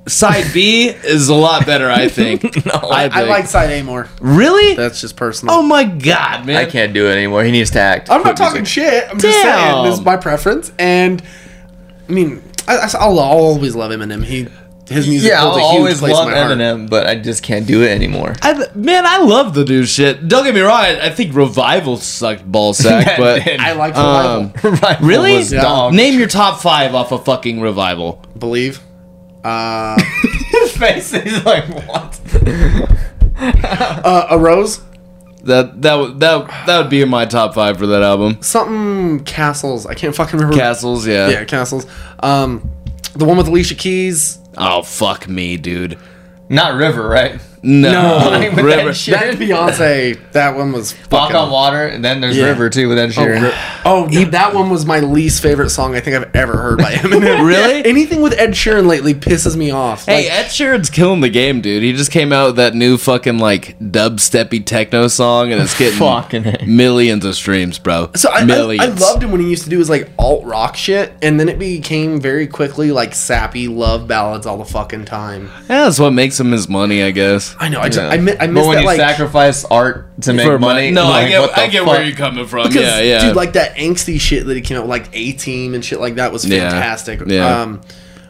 C: side B is a lot better, I think. no, I,
A: I
C: think.
A: like side A more.
C: really.
A: That's just personal.
C: oh my god, man!
B: I can't do it anymore. He needs to act.
A: I'm not
B: Quit
A: talking
B: music.
A: shit. I'm just saying
C: Damn.
A: this is my preference, and I mean, I, will always love Eminem. He his music
B: Yeah, I'll
A: holds a huge
B: always
A: place in
B: love
A: my heart.
B: Eminem, but I just can't do it anymore.
C: I th- man, I love the new shit. Don't get me wrong. I I think Revival sucked ballsack, but
B: did.
A: I like Revival.
C: um,
B: Revival
C: really,
B: was
A: Yeah.
B: dog
C: name your top five off of fucking Revival.
A: Believe. Uh,
B: face. He's like, what?
A: uh, a rose,
C: That that would that that would be in my top five for that album.
A: something castles. I can't fucking remember.
C: Castles, yeah.
A: Yeah, castles. Um, the one with Alicia Keys.
C: Oh fuck me, dude.
B: Not River, right?
C: No,
B: Like, with
C: River.
B: Ed Sheeran.
A: That Beyonce. That one was
B: Walk
A: fucking.
B: on water, and then there's
A: Yeah.
B: River too with Ed
A: Oh,
B: Sheeran.
A: ri- oh dude, that one was my least favorite song I think I've ever heard by Eminem.
C: Really?
A: Anything with Ed Sheeran lately pisses me off.
C: Hey,
A: Like,
C: Ed Sheeran's killing the game, dude. He just came out with that new fucking like dubsteppy techno song, and it's getting
B: Fucking A.
C: millions of streams, bro.
A: So I, I,
C: millions.
A: I loved him when he used to do his like alt rock shit, and then it became very quickly like sappy love ballads all the fucking time.
C: Yeah, that's what makes him his money, I guess.
A: I know. I just
B: Yeah.
A: I, mi- I
B: But
A: miss
B: when
A: that
B: you
A: like
B: sacrifice art to make
C: For
B: money,
C: No,
B: like,
C: I get,
B: what the
C: I get
B: fuck?
C: where you're coming from.
A: 'cause,
C: yeah, yeah.
A: dude like that angsty shit that he came out with, like A Team and shit like that was
C: Yeah.
A: fantastic.
C: Yeah.
A: Um,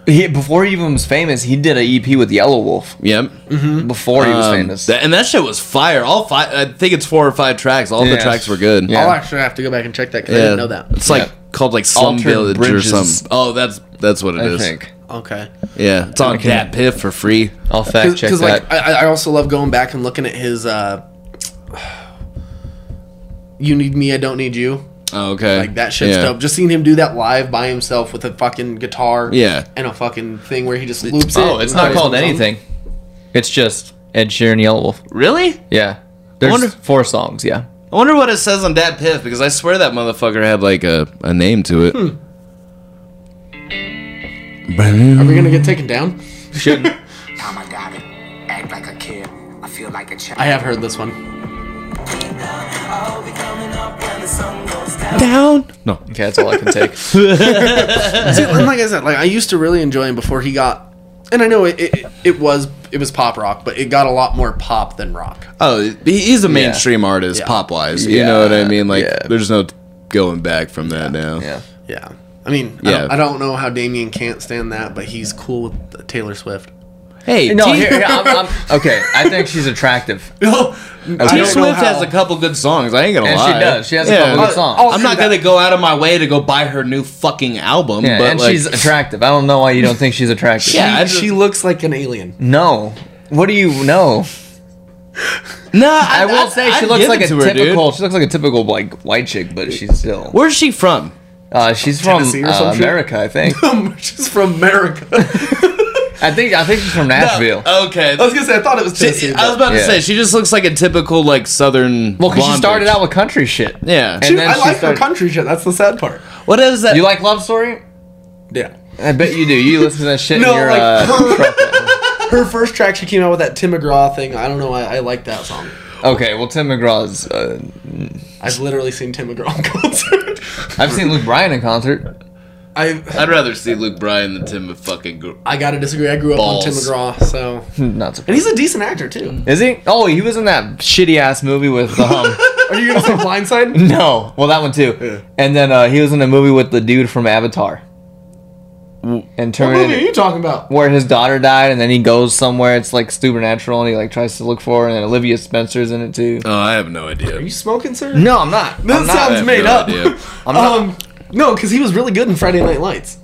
B: He, before he even was famous, he did an EP with Yellow Wolf.
C: yep.
B: Before he was
C: Um,
B: famous,
C: that- and that shit was fire. All five, I think it's four or five tracks. All
B: Yeah.
C: the tracks were good.
B: Yeah.
A: I'll actually have to go back and check that because I
C: Yeah.
A: didn't know that.
C: It's like
B: Yeah.
C: called like Slum
B: Altered
C: Village
B: Bridges.
C: or something. Oh, that's that's what it
B: I
C: is.
B: think.
A: Okay.
C: Yeah, it's on
B: Okay.
C: Dat Piff for free.
B: I'll fact check
A: Because
B: that.
A: like I, I also love going back and looking at his. uh You need me, I don't need you.
C: Oh, okay.
A: Like that shit's
C: yeah.
A: dope. Just seeing him do that live by himself with a fucking guitar.
C: Yeah.
A: And a fucking thing where he just loops it.
B: oh, it's
A: and
B: not
A: plays
B: called
A: one song.
B: anything. It's just Ed Sheeran, Yellow Wolf.
C: Really?
B: Yeah, there's
C: wonder-
B: four songs. Yeah,
C: I wonder what it says on Dat Piff because I swear that motherfucker had like a, a name to it.
B: Hmm.
A: Are we gonna get taken down?
B: shouldn't.
D: Time I got it. Act like a kid. I feel like a child.
A: I have heard this one.
C: Down. No.
B: okay, that's all I can take.
A: See, and like I said, like I used to really enjoy him before he got, and I know it, it it was it was pop rock, but it got a lot more pop than rock.
C: Oh, he- he's a mainstream artist,
A: Yeah.
C: pop wise. You
B: Yeah.
C: know what I mean? Like,
B: Yeah.
C: there's no t- going back from that now.
B: Yeah,
A: Yeah. I mean, I,
C: Yeah.
A: don't, I don't know how Damien can't stand that, but he's cool with Taylor Swift.
C: Hey,
B: no,
C: T-
B: here, here, I'm, I'm, okay. I think she's attractive,
A: No,
B: I
C: T
B: don't
C: Swift has a couple good songs. I ain't gonna
B: and
C: lie.
B: she does. She has a
C: Yeah. Oh,
B: couple good songs.
A: I'll-
C: I'm
A: do
C: not
A: that.
C: gonna go out of my way to go buy her new fucking album,
B: yeah,
C: but
B: and
C: like,
B: she's attractive. I don't know why you don't think she's attractive.
C: Yeah, I
A: She,
C: just-
A: she looks like an alien.
B: No. What do you know?
C: no, I,
B: I will say she
C: I'd
B: looks
C: give
B: like
C: it
B: a
C: to her, dude.
B: typical. She looks like a typical like white chick, but she's still.
C: Where's she from?
B: Uh, she's from
A: Tennessee or
B: uh,
A: some shit?
B: America, I think.
A: She's from America.
B: I think I think she's from Nashville.
C: Oh, Okay,
A: I was gonna say I thought it was Tennessee.
C: She- I
A: but-
C: was about
B: Yeah.
C: to say she just looks like a typical like southern.
B: well, because she
C: blonde
B: started
C: bitch.
B: out with country shit.
C: Yeah.
B: And
A: Dude,
B: then
A: I
B: she
A: like her
B: started-
A: country shit. That's the sad part.
B: What is that?
E: You like Love Story?
A: Yeah.
B: I bet you do. You listen to that shit
A: No,
B: in your
A: like-
B: uh, trumpet.
A: Her first track she came out with that Tim McGraw thing. I don't know. I, I like that song.
B: Okay, well Tim McGraw's. Uh,
A: I've literally seen Tim McGraw in concert.
B: I've seen Luke Bryan in concert.
A: I
C: I'd rather see Luke Bryan than Tim fucking. Gr-
A: I gotta disagree. I grew up
C: Balls.
A: on Tim McGraw, so
B: Not surprised.
A: and he's a decent actor too.
B: Is he? Oh, he was in that shitty ass movie with um.
A: Are you gonna say Blindside?
B: no, well that one too. And then uh, he was in a movie with the dude from Avatar. And
A: What movie are
B: Terminator,
A: you talking about?
B: where his daughter died, and then he goes somewhere. It's like supernatural, and he like tries to look for, her, and Olivia Spencer's in it too.
C: oh, I have no idea.
A: Are you smoking, sir?
B: No, I'm not.
A: that
B: I'm not.
C: I
A: sounds
C: have
A: made
C: no
A: up.
C: idea.
B: I'm not-
A: Um, no, because he was really good in Friday Night Lights.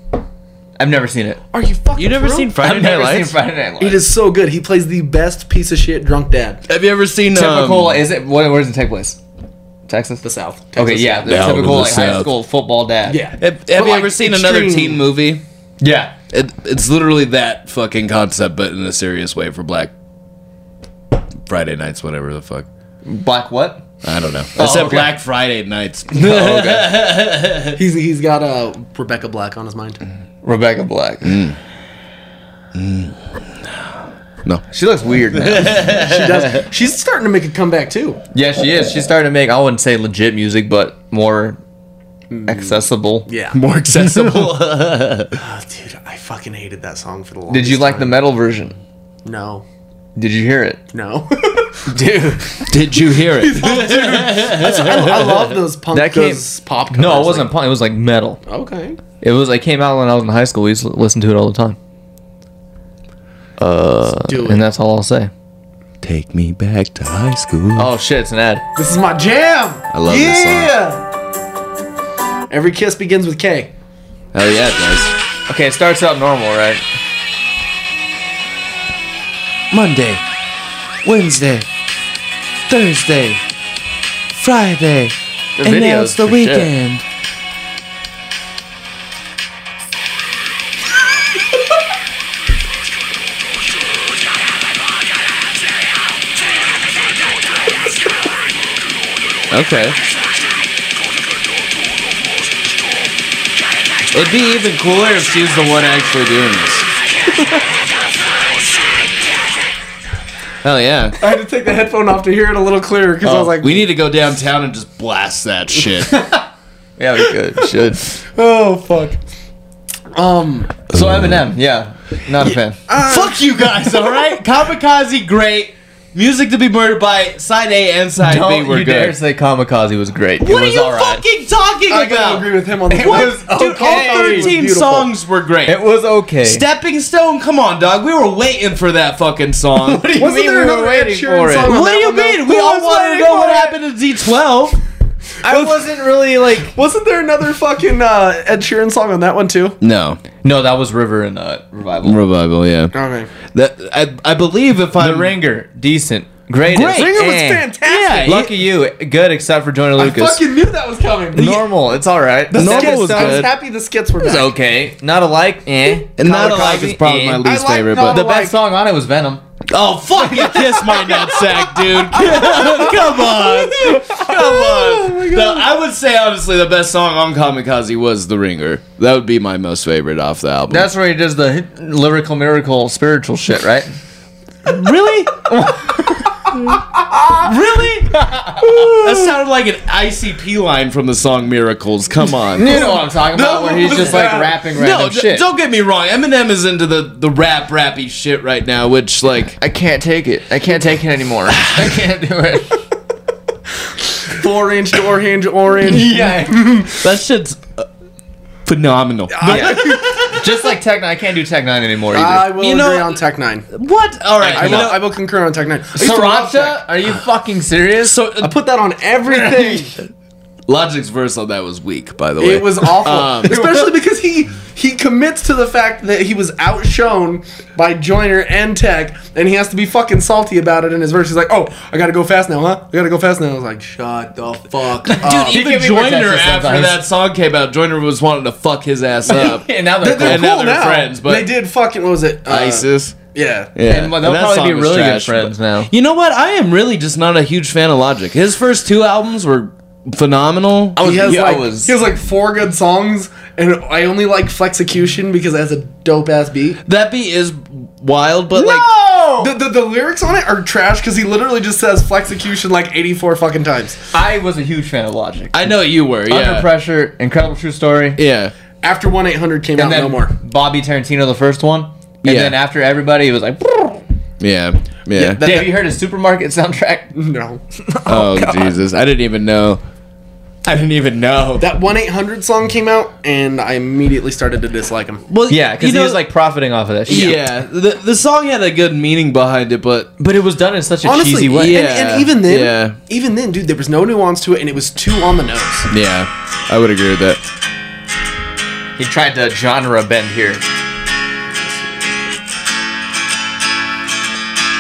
B: I've never seen it.
A: Are you fucking?
E: You never
A: for real?
E: seen
B: I've
E: Friday Night
B: never seen
E: Lights?
B: Friday Night Lights.
A: It is so good. He plays the best piece of shit drunk dad.
C: Have you ever seen
B: typical.
C: um,
B: is it? Where, where does it take place? Texas.
A: The South.
B: okay,
A: Texas.
B: yeah, the
C: Down to
B: typical
C: the
B: like high
C: South.
B: school football dad.
A: Yeah.
C: Have, have
A: But,
C: you
A: like,
C: ever seen another
A: extreme-
C: teen movie?
B: yeah.
C: It, it's literally that fucking concept, but in a serious way for Black Friday nights, whatever the fuck.
B: Black what?
C: I don't know. I said
B: okay.
C: Black Friday nights.
B: Oh, okay.
A: He's he's got uh, Rebecca Black on his mind.
B: Rebecca Black.
C: No.
B: She looks weird now.
A: She does. She's starting to make a comeback too.
B: yeah, she is. She's starting to make I wouldn't say legit music, but more accessible.
A: Hmm. Yeah.
C: More accessible.
A: Oh, dude, I fucking hated that song for the longest.
B: Did you like the metal version?
A: the? No.
B: Did you hear it?
A: No.
B: Dude.
C: Did you hear it?
A: I, I love those punk
B: That came-
A: those pop. Covers.
B: No, it wasn't punk. It was like metal.
A: Like, okay.
B: It was. I came out when I was in high school. We used to listen to it all the time,
A: Do
B: and
A: it.
B: that's all I'll say.
C: Take me back to high school.
B: Oh shit! It's an ad.
A: This is my jam. I
C: love this song.
A: song. Every kiss begins with K.
C: Hell yeah, guys.
B: Okay, it starts out normal, right?
F: Monday, Wednesday, Thursday, Friday,
B: The
F: and
B: videos
F: now it's the
B: for shit.
F: weekend.
C: Okay. It'd be even cooler if she was the one actually doing this. Hell Oh, yeah.
A: I had to take the headphone off to hear it a little clearer because
B: Oh,
A: I was like,
C: we need to go downtown and just blast that shit.
B: Yeah, we could. Should.
A: "Oh fuck." Um,
B: So Eminem, yeah, not a fan.
C: Fuck you guys, alright? Kamikaze, great. Music to be murdered by side A and side
B: Don't
C: B were
B: you
C: good.
B: dare say Kamikaze was great.
C: what
B: it
C: are
B: was
C: you
B: alright.
C: fucking talking
A: I gotta
C: about?
A: agree with him on that.
B: What?
A: one.
C: Dude,
B: Okay.
C: all 13
A: Beautiful.
C: songs were great.
B: It was okay.
C: Stepping Stone, come on, dog. We were waiting for that fucking song. what do you
A: Wasn't
B: mean we
A: there
B: were
A: another Ed
B: waiting
A: Sheeran
B: for it?
A: song on that one, though?
C: We
A: Who
C: all
A: was
C: wanted to
A: waiting
C: know
A: for
C: what
A: it?
C: happened to D12.
B: I wasn't really like.
A: Wasn't there another fucking uh, Ed Sheeran song on that one too?
C: No.
B: No, that was River and uh, Revival.
C: Revival, yeah.
A: Okay.
C: That I, I believe if
B: The Ringer, decent, greatest.
C: Great.
A: Singer was
B: eh.
A: fantastic.
B: Lucky you, good except for Joyner
A: I
B: Lucas.
A: fucking knew that was coming.
B: Normal, it's all right.
A: The
B: Normal
A: skits,
B: was
A: I was
B: good.
A: happy the skits were
B: It was
A: back.
B: okay. Not alike, eh?
C: And Not Alike
B: Kamikaze, eh.
C: is probably my least
A: I like
C: favorite,
A: Not
C: but
B: The
A: Alike.
B: best song on it was Venom.
C: oh fuck, you kiss my nutsack, dude. Come on,
A: Oh
C: come on. No, I would say honestly, the best song on Kamikaze was The Ringer. That would be my most favorite off the album.
B: That's where he does the hit- lyrical miracle spiritual shit, right?
C: really, really. that sounded like an ICP line from the song Miracles. Come on.
B: You know what I'm talking about, where he's just like rapping random
C: No, d-
B: shit.
C: don't get me wrong. Eminem is into the, the rap rappy shit right now, which like
B: I can't take it. I can't take it anymore. I can't do it.
A: Four inch door hinge orange.
B: Yeah.
C: that shit's uh, phenomenal.
B: Just like Tech Nine, I can't do Tech Nine anymore either.
A: I will
C: You
A: agree
C: know-
A: on Tech Nine.
C: What? All right,
A: I
C: you
A: will,
C: know-
A: I will concur on Tech Nine. I used to love Tech.
B: Sriracha? Are you fucking serious?
C: So
A: I
C: uh,
A: put that on everything.
C: Logic's verse on that was weak, by the way.
A: it was awful,
C: Um,
A: especially because he he commits to the fact that he was outshone by Joyner and Tech, and he has to be fucking salty about it in his verse. He's like, "Oh, I gotta go fast now, huh? I gotta go fast now." I was like, "Shut the fuck up."
B: he
C: even
B: can be more
C: Joyner
B: Texas
C: after
B: sometimes.
C: that song came out, Joyner was wanting to fuck his ass up.
B: and now they're,
A: They're
C: And
B: cool.
C: now
A: cool
C: they're
A: now.
C: friends, but-
A: they did fucking what was it? Uh,
C: ISIS.
A: Yeah.
C: Yeah,
B: And, well, they'll
C: that
B: probably
C: song
B: be
C: was
B: really good
C: trash,
B: friends
C: but-
B: now.
C: You know what? I am really just not a huge fan of Logic. His first two albums were phenomenal.
A: He has
B: yeah, I
A: like
B: was-
A: he has like four good songs, and I only like Flexecution because it has a dope ass beat.
C: That beat is wild, but like
A: No, the, the, the lyrics on it are trash because he literally just says Flexecution like eighty four fucking times.
B: I was a huge fan of Logic.
C: I know you were.
B: Under
C: Yeah,
B: Pressure, Incredible True Story,
C: yeah.
A: After one eight hundred came out,
B: and then
A: no more.
B: Bobby Tarantino, the first one. And
C: Yeah.
B: then after everybody, it was like,
C: Yeah. Yeah.
A: that-
B: Dave, you heard his supermarket soundtrack?
A: No,
C: oh Jesus! I didn't even know. I didn't even know.
A: that one eight hundred song came out, and I immediately started to dislike him.
C: well,
B: Yeah, because
C: you
B: he
C: know-
B: was like profiting off of that shit.
C: Yeah, the the song had a good meaning behind it, but
B: But it was done in such a
A: Honestly,
B: cheesy way.
A: and,
C: Yeah,
A: and even then,
C: yeah.
A: even then, dude, there was no nuance to it, and it was too on the nose.
C: yeah, I would agree with that.
B: He tried to genre bend here.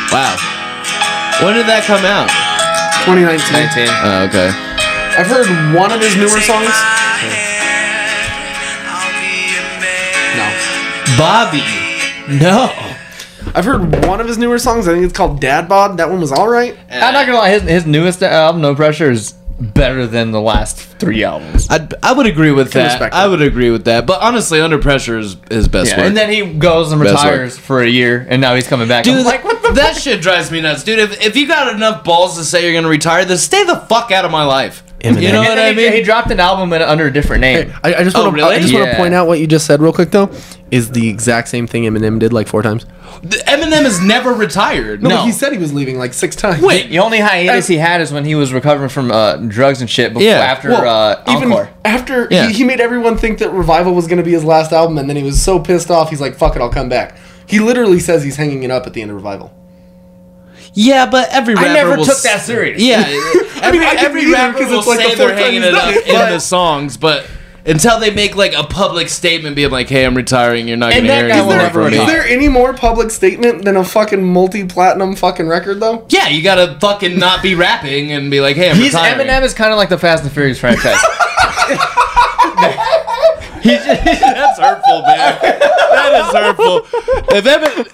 C: Wow. When did that come out?
A: Twenty nineteen.
B: 19.
C: Oh, okay.
A: I've heard one of his newer songs. No,
B: Bobby. No.
A: I've heard one of his newer songs. I think it's called Dad Bod. That one was all right.
B: I'm not gonna lie, his, his newest album, No Pressure, is better than the last three albums.
C: I'd, I would agree with that.
A: respect
C: I
A: that.
C: would agree with that. But honestly, Under Pressure is his best
B: Yeah,
C: work.
B: and then he goes and
C: Best
B: retires for a year, and now he's coming back.
C: Dude,
B: I'm like, what the
C: that shit drives me nuts, dude. If, if you got enough balls to say you're gonna retire, then stay the fuck out of my life. You know
B: And
C: what
B: then
C: I
B: he- He
C: mean?
B: dropped an album in, under a different name.
A: I, I just
C: Oh,
A: want to
C: really?
A: I just want
B: Yeah.
A: to point out what you just said real quick though is the exact same thing Eminem did like four times.
C: Eminem has never retired.
B: No.
A: he said he was leaving like six times.
C: Wait,
B: The only hiatus
A: I-
B: he had is when he was recovering from uh, drugs and shit before,
C: Yeah.
B: after
A: Well,
B: uh,
A: even
B: Encore.
A: after
C: Yeah.
A: he, he made everyone think that Revival was going to be his last album, and then he was so pissed off, he's like, "Fuck it, I'll come back." He literally says he's hanging it up at the end of Revival.
C: Yeah, but every rapper
B: never
C: will
B: took
C: s-
B: that serious.
C: Yeah, every,
A: I can
C: every
A: either
C: rapper
A: 'cause
C: will
A: it's like
C: say
A: the
C: they're
A: fourth
C: hanging
A: time he's
C: it up
A: done it,
C: in
A: but-
C: the songs, but until they make like a public statement, being like, "Hey, I'm retiring. You're not
B: And
C: gonna
B: that
C: hear
B: guy will
C: anything
B: never
C: from me."
A: Is
B: retire.
A: there any more public statement than a fucking multi-platinum fucking record though?
C: Yeah, you gotta fucking not be rapping and be like, "Hey, I'm
B: He's
C: retiring."
B: Eminem is kind of like the Fast and Furious franchise. He's just,
C: That's hurtful, man. that is hurtful. If Emin,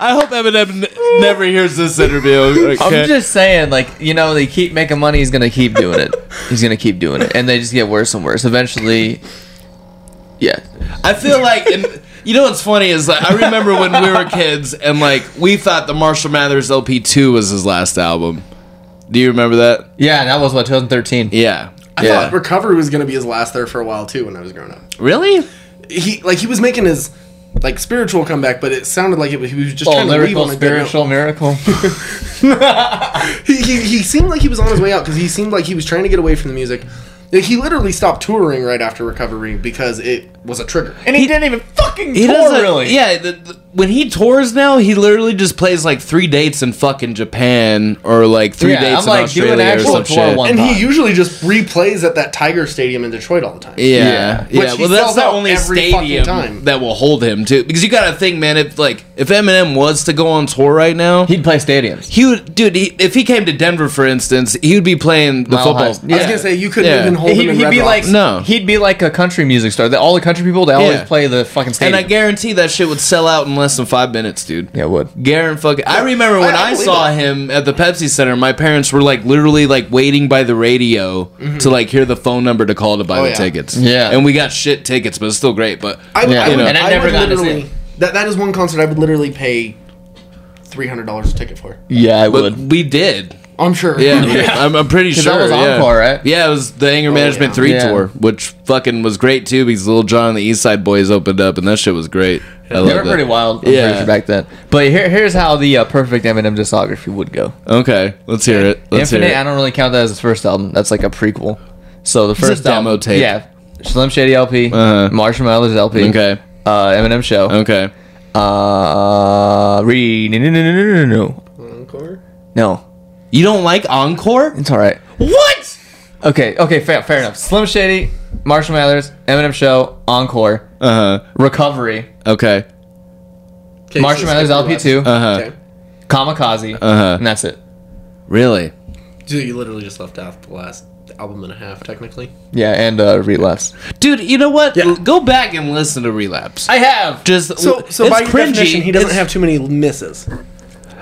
C: I hope Eminem n- never hears this interview.
B: I'm
C: okay?
B: just saying, like you know, they keep making money. He's gonna keep doing it. He's gonna keep doing it, and they just get worse and worse. Eventually, yeah.
C: I feel like, and you know what's funny is like I remember when we were kids and like we thought the Marshall Mathers LP two was his last album. Do you remember that?
B: Yeah, and that was what 2013.
C: Yeah.
A: I
C: yeah.
A: thought Recovery was going to be his last there for a while too when I was growing up.
C: really?
A: He like he was making his like spiritual comeback, but it sounded like it, was- he was just
B: Oh,
A: trying to leave
B: lyrical
A: on a good note.
B: spiritual miracle.
A: he, he, he seemed like he was on his way out because he seemed like he was trying to get away from the music. Like, he literally stopped touring right after Recovery because it was a trigger.
B: and he, didn't even fucking
C: He
B: tour,
C: doesn't
B: really.
C: Yeah, the, the- when he tours now, he literally just plays like three dates in fucking Japan or like three
B: Yeah,
C: dates
B: I'm
C: in
B: like, do an
C: Australia
B: actual
C: or some
B: tour
C: shit.
B: one-
A: and
B: time.
A: he usually just replays at that Tiger Stadium in Detroit all the time.
C: Yeah, yeah.
A: Which he
C: Well, that's
A: sells
C: the
A: out
C: only
A: every fucking
C: stadium
A: time.
C: that will hold him too. Because you got to think, man. If like if Eminem was to go on tour right now, he,
B: He'd play stadiums.
C: would, dude. He, if he came to Denver, for instance, he would be playing the
B: Mile
C: football.
B: High.
A: I was gonna say you couldn't
C: Yeah.
A: even hold
B: He,
A: him in
B: would
A: Red
B: be like
A: Rocks.
C: No.
B: He'd be like a country music star. That all the country people they always
C: Yeah.
B: play the fucking stadium.
C: and I guarantee that shit would sell out in less than five minutes, dude.
B: yeah, it would.
C: Garen fucking. I remember when
A: I- I
C: I,
A: believe
C: saw him at the Pepsi Center. My parents were like literally like waiting by the radio to like hear the phone number to call to buy
A: Mm-hmm. Oh,
C: the
A: yeah.
C: tickets.
B: Yeah.
C: and we got shit tickets, but it's still great. But
A: I, would-
B: Yeah.
A: I would,
C: You know.
A: I
B: And I never
A: would
B: got to see
A: literally-
B: it.
A: That that is one concert I would literally pay three hundred dollars a ticket for.
B: Yeah, I
C: but we did.
A: I'm sure.
C: Yeah, I'm, I'm pretty sure.
B: that was
C: yeah.
B: Encore, right? Oh,
C: Yeah, it was the Anger Management
A: yeah.
C: Three
B: Yeah.
C: tour, which fucking was great too because Little John and the East Side Boys opened up, and that shit was great. I
B: They
C: loved
B: were
C: it.
B: pretty wild I'm
C: Yeah.
B: pretty sure, back then. But here, here's how the uh, perfect Eminem discography would go.
C: Okay, let's hear it. Let's
B: Infinite,
C: hear
B: I
C: it.
B: don't really count that as his first album. That's like a prequel. So the
C: a
B: first
C: demo
B: album,
C: tape.
B: yeah, Slim Shady LP,
C: Uh-huh.
B: Marshall Mathers LP,
C: Okay.
B: uh, Eminem Show,
C: Okay.
B: uh, re no no no no no no
A: Encore?
B: no.
C: You don't like Encore?
B: It's all right.
C: What?
B: Okay, okay, fair, fair enough. Slim Shady, Marshall Mathers, Eminem Show, Encore,
C: Uh huh.
B: Recovery,
C: Okay.
A: Okay,
B: Marshall
A: so
B: Mathers
A: skip
B: LP
A: the
B: two,
A: rest.
C: Uh huh.
A: Okay.
B: Kamikaze,
C: Uh-huh.
B: and that's it.
C: Really?
A: Dude, you literally just left out the last album and a half, technically.
B: Yeah, and uh, relapse.
C: Dude, you know what?
A: Yeah.
C: L- Go back and listen to Relapse.
B: I have.
C: just
A: So, so
C: it's
A: by your definition, he doesn't
C: It's-
A: have too many misses.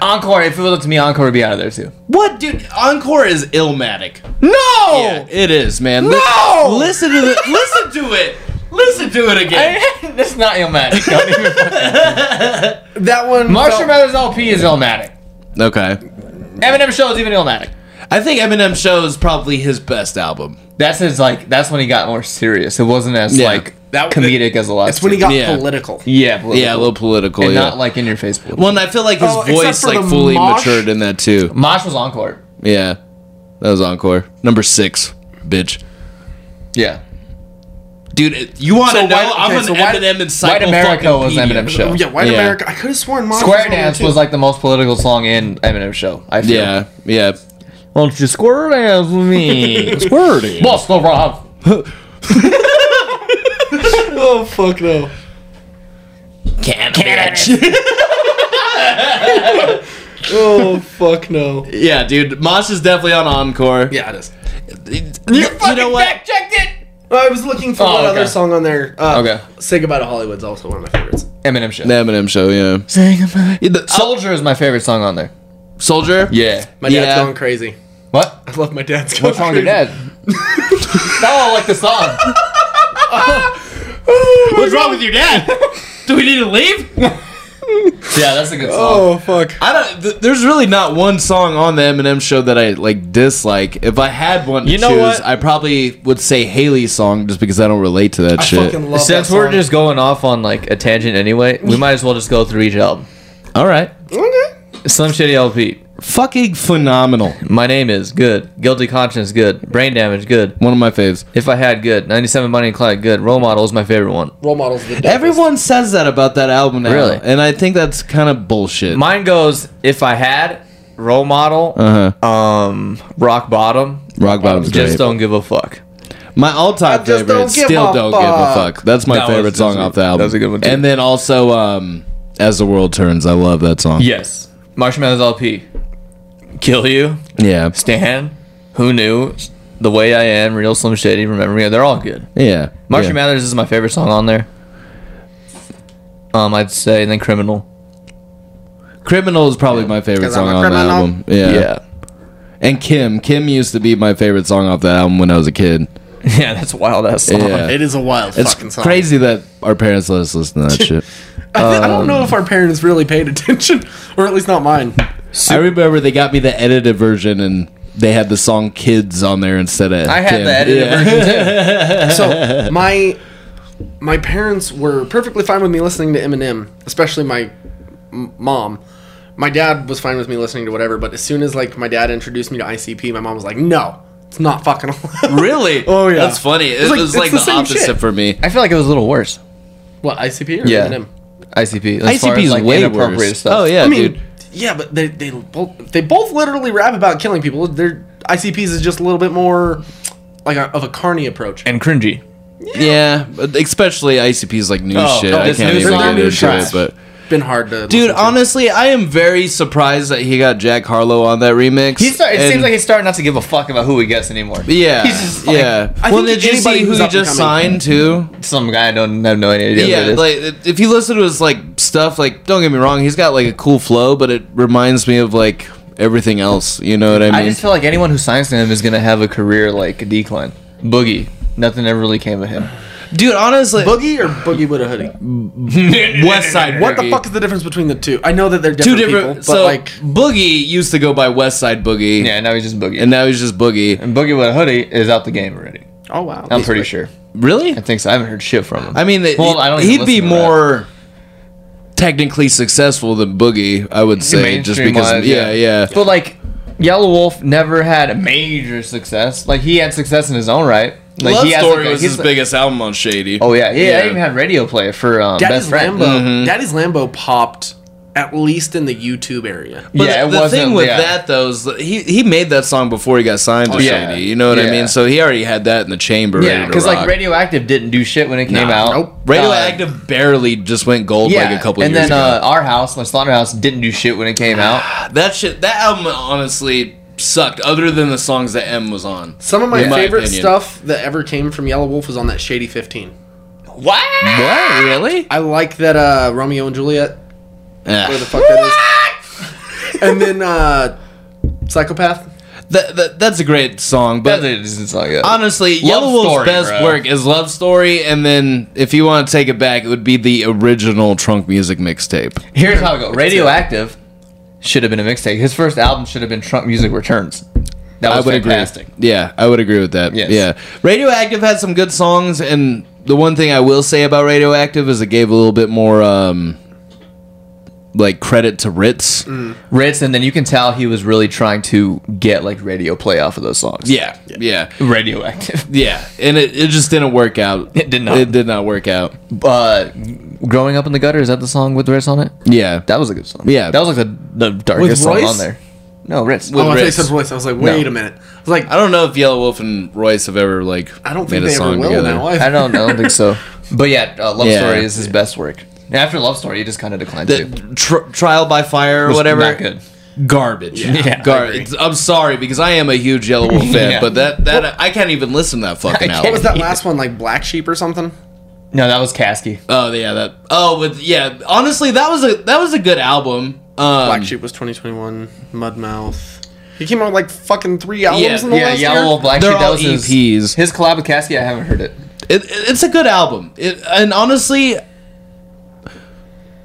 B: Encore, if it was up to me, Encore would be out of there too.
C: What, dude? Encore is ilmatic.
B: No!
C: Yeah, it is, man.
B: No!
C: Li- Listen to the. listen to it. Listen to it again.
B: That's not Illmatic. Don't even-
A: That one.
B: Marshall
A: felt-
B: Mathers LP is Illmatic.
C: Okay.
B: Eminem Show is even Illmatic.
C: I think Eminem shows probably his best album.
B: That's his like. That's when he got more serious. It wasn't as
C: Yeah.
B: like
A: That-
B: comedic as a lot.
A: It's when he got
C: Yeah.
A: political.
B: yeah, political.
C: Yeah, a little political.
B: and
C: yeah.
B: not like in your face. political.
C: Well, and I feel like his
A: Oh, except
C: voice
A: for
C: like
A: the
C: fully
A: mosh.
C: matured in that too.
B: Mosh was Encore.
C: Yeah, that was encore number six, bitch.
B: Yeah,
C: Dude, it- you want to
A: So
C: know?
A: why-
C: I'm
A: okay,
C: an
A: so why-
C: Eminem insightful
B: White America
C: fucking
B: was
C: pedia.
B: Eminem Show.
A: Yeah, white
C: Yeah.
A: America. I could have sworn Monsters
B: Square
A: on there,
B: Dance
A: too.
B: was like the most political song in Eminem Show. I feel.
C: Yeah, yeah.
B: Won't you square dance with me?
C: Squirty.
B: Boss the Rob.
A: oh fuck no. Oh fuck no.
C: yeah, dude. Mosh is definitely on encore.
A: Yeah, it is.
C: You,
B: Fucking
C: know what?
B: fact checked it.
A: I was looking for
B: Oh,
A: what
B: okay.
A: other song on there. Uh,
B: Okay.
A: Say Goodbye to Hollywood's also one of my favorites.
B: Eminem Show.
C: The Eminem show. Yeah. Yeah, the- Sol-
B: Soldier is my favorite song on there.
C: Soldier.
B: Yeah.
A: My dad's
C: Yeah.
A: going crazy.
B: What?
A: I love my dad's going
B: What's wrong with
A: crazy.
B: your dad? no, like the song.
C: What's wrong with your dad? Do we need to leave?
B: Yeah, that's a good song.
A: Oh fuck.
C: I don't. Th- there's really not one song on the Eminem show that I like dislike. If I had one to
B: You know
C: choose,
B: what?
C: I probably would say Haley's song just because I don't relate to that
A: I
C: shit.
A: fucking love
B: Since
A: that
B: we're
A: song.
B: just going off on like a tangent anyway, we might as well just go through each album.
C: All right,
A: Okay.
B: Slim Shady LP.
C: fucking phenomenal.
B: My name is good. Guilty conscience good. Brain damage good.
C: One of my faves.
B: If I had good. 97 Money and Clyde good. Role model is my favorite one.
A: Role models. The
C: Everyone says that about that album now,
B: Really?
C: and I think that's kind of bullshit.
B: Mine goes if I had role model,
C: uh huh.
B: um, rock bottom.
C: Rock bottom's
B: Just
C: great.
B: don't give a fuck.
C: My all-time
A: I just
C: favorite.
A: don't
C: is
A: give
C: Still
A: a
C: don't give a
A: fuck.
C: fuck. That's my
B: That was-
C: favorite
B: that's
C: song
B: a-
C: off the album.
B: that was a good one, too.
C: And then also, um, as the world turns, I love that song.
B: Yes. Marshmallows LP. Kill you.
C: Yeah.
B: Stan. Who knew? The way I am. Real Slim Shady. Remember me. They're all good.
C: Yeah.
B: Marshall
C: yeah.
B: Mathers is my favorite song on there. Um, I'd say, and then Criminal.
C: Criminal is probably my favorite
A: 'Cause I'm
C: song
A: a
C: on the
A: criminal.
C: album. Yeah. And Kim. Kim used to be my favorite song off the album when I was a kid.
B: Yeah, that's a wild ass song.
C: Yeah.
A: It is a wild
C: it's
A: fucking song.
C: crazy Um, that our parents let us listen to that shit.
A: I, I don't know if our parents really paid attention, or at least not mine.
C: I remember they got me the edited version and they had the song Kids on there instead of
B: I had
C: Kim.
B: the edited
C: Yeah.
B: version too.
A: So my my parents were perfectly fine with me listening to Eminem, especially my m- mom. My dad was fine with me listening to whatever, but as soon as like my dad introduced me to ICP, my mom was like, "No, it's not fucking allowed."
C: Really?
A: Oh, yeah.
C: That's funny. It
A: It's like-
C: was
A: it's
C: like
A: the
C: the,
A: same
C: opposite
A: shit.
C: for me.
B: I feel like it was a little worse.
A: what ICP or
B: Yeah.
A: Eminem?
B: ICP. As far
C: ICP
B: as,
C: is
B: like,
C: way
B: inappropriate
C: worse.
B: Stuff.
C: Oh yeah,
A: I mean,
C: dude.
A: yeah, but they they both they both literally rap about killing people. Their ICPs is just a little bit more like a, of a carny approach.
B: And cringy.
C: Yeah, but especially ICP's like new
B: Oh,
C: shit.
B: oh,
C: I
B: this
C: can't
B: new
C: even
B: song,
C: get
A: new
C: into it,
A: trash.
C: but
A: been hard to
C: dude,
A: listen to.
C: honestly, I am very surprised that he got Jack Harlow on that remix.
B: He start, it
C: And-
B: seems like he's starting not to give a fuck about who he gets anymore.
C: yeah,
B: He's just like,
C: yeah.
A: I
C: Well,
A: think
C: did you
A: anybody
C: see who
A: who's
C: he
A: up and
C: just
A: coming-
C: signed to?
B: Some guy I don't have no idea.
C: Yeah,
B: who it is.
C: like it- if you listen to his like stuff, like don't get me wrong, he's got like a cool flow, but it reminds me of like everything else. You know what I mean?
B: I just feel like anyone who signs to him is gonna have a career like a decline. Boogie. Nothing ever really came of him.
C: dude, honestly,
A: boogie or boogie with a hoodie.
C: West Side.
A: What the
C: Boogie.
A: fuck is the difference between the two? I know that they're
C: Two
A: different,
C: different.
A: people, but
C: so
A: like
C: Boogie used to go by West Side Boogie,
B: Yeah, now he's just Boogie.
C: and now he's just Boogie.
B: And Boogie with a hoodie is out the game already.
A: Oh wow!
B: I'm pretty sure.
C: Really?
B: I think so. I haven't heard shit from him.
C: I mean, that
B: Well, I don't even
C: he'd be
B: listen to rap.
C: more technically successful than Boogie, I would say, just
B: Mainstream
C: because.
B: wise,
C: yeah, yeah,
B: But like, Yellow Wolf never had a major success. Like he had success in his own right. Like
C: Love
B: he has,
C: Story
B: like, a-
C: was
B: he's
C: his
B: a-
C: biggest album on Shady.
B: Oh yeah, yeah.
C: Yeah.
B: I even had radio play for um,
A: Daddy's
B: best friend.
A: Lambo.
C: Mm-hmm.
A: Daddy's Lambo popped at least in the YouTube area.
C: But
B: yeah,
C: the,
B: it
C: the
B: wasn't.
C: thing with
B: yeah. Oh,
C: that though is that he he made that song before he got signed to
B: yeah.
C: Shady. You know what I
B: Yeah.
C: mean? So he already had that in the chamber.
B: yeah, because
C: because
B: like Radioactive didn't do shit when it came out.
A: nope.
C: Radioactive barely just went gold
B: Yeah,
C: like a couple
B: and
C: years
B: then
C: ago. Ah,
B: uh, our house, my slaughterhouse, didn't do shit when it came out.
C: that shit, that album honestly sucked. Other than the songs that M was on.
A: Some of my
C: In my
A: favorite
C: opinion.
A: stuff that ever came from Yellow Wolf was on that Shady 15.
B: What?
C: What really?
A: I like that uh, Romeo and Juliet. Where the fuck that is? and then uh, Psychopath.
C: That, that, that's a great song, but
B: That is not good.
C: honestly,
B: Love
C: Yellow Wolf's
B: Story,
C: best
B: bro.
C: work is Love Story, and then if you want to take it back, it would be the original Trunk Music mixtape.
B: Here's how it goes. Radioactive should have been a mixtape. His first album should have been Trump Music Returns. That
C: I
B: was
C: would
B: fantastic.
C: agree. Yeah, I would agree with that.
B: Yes.
C: Yeah, Radioactive had some good songs, and the one thing I will say about Radioactive is it gave a little bit more, um, like credit to Ritz.
B: Mm. Ritz, and then you can tell he was really trying to get like radio play off of those songs.
C: Yeah, yeah,
B: Radioactive.
C: yeah, and it, it just didn't work out.
B: It did not.
C: It did not work out.
B: Uh, Growing Up in the Gutter, is that the song with Ritz on it?
C: Yeah,
B: That was a good song.
C: Yeah.
B: That was like the, the darkest song
A: Royce?
B: on there. No, Ritz.
A: oh, I thought you
C: Ritz.
A: said voice. I was like, wait a minute. I was like,
C: I don't know if Yellow Wolf and Royce have ever like
A: I don't think they ever will now.
B: I don't, I don't think so. But yeah, uh, Love
C: Yeah.
B: Story is his best work. And after Love Story, he just kind of declined too.
C: The tr- trial by fire or
B: Was
C: whatever.
B: not good.
C: Garbage.
B: Yeah, I
C: garbage. I'm sorry because I am a huge Yellow Wolf fan,
B: Yeah.
C: but that that I can't even listen to that fucking
B: I
C: album.
A: What was that last one? Like Black Sheep or something?
B: No, that was Caskey.
C: Oh yeah, that. Oh, but yeah, honestly, that was a that was a good album. Um,
A: Black
B: Mm.
A: Sheep was 2021. Mudmouth. He came out with like fucking three albums
C: Yeah,
A: in the
B: yeah,
A: last
B: yeah,
A: year.
B: well, Black
C: They're
B: Sheep, that
C: all E
B: was his-
C: EPs.
B: His collab with Caskey, I haven't heard it.
C: It, it- it's a good album, it, and honestly,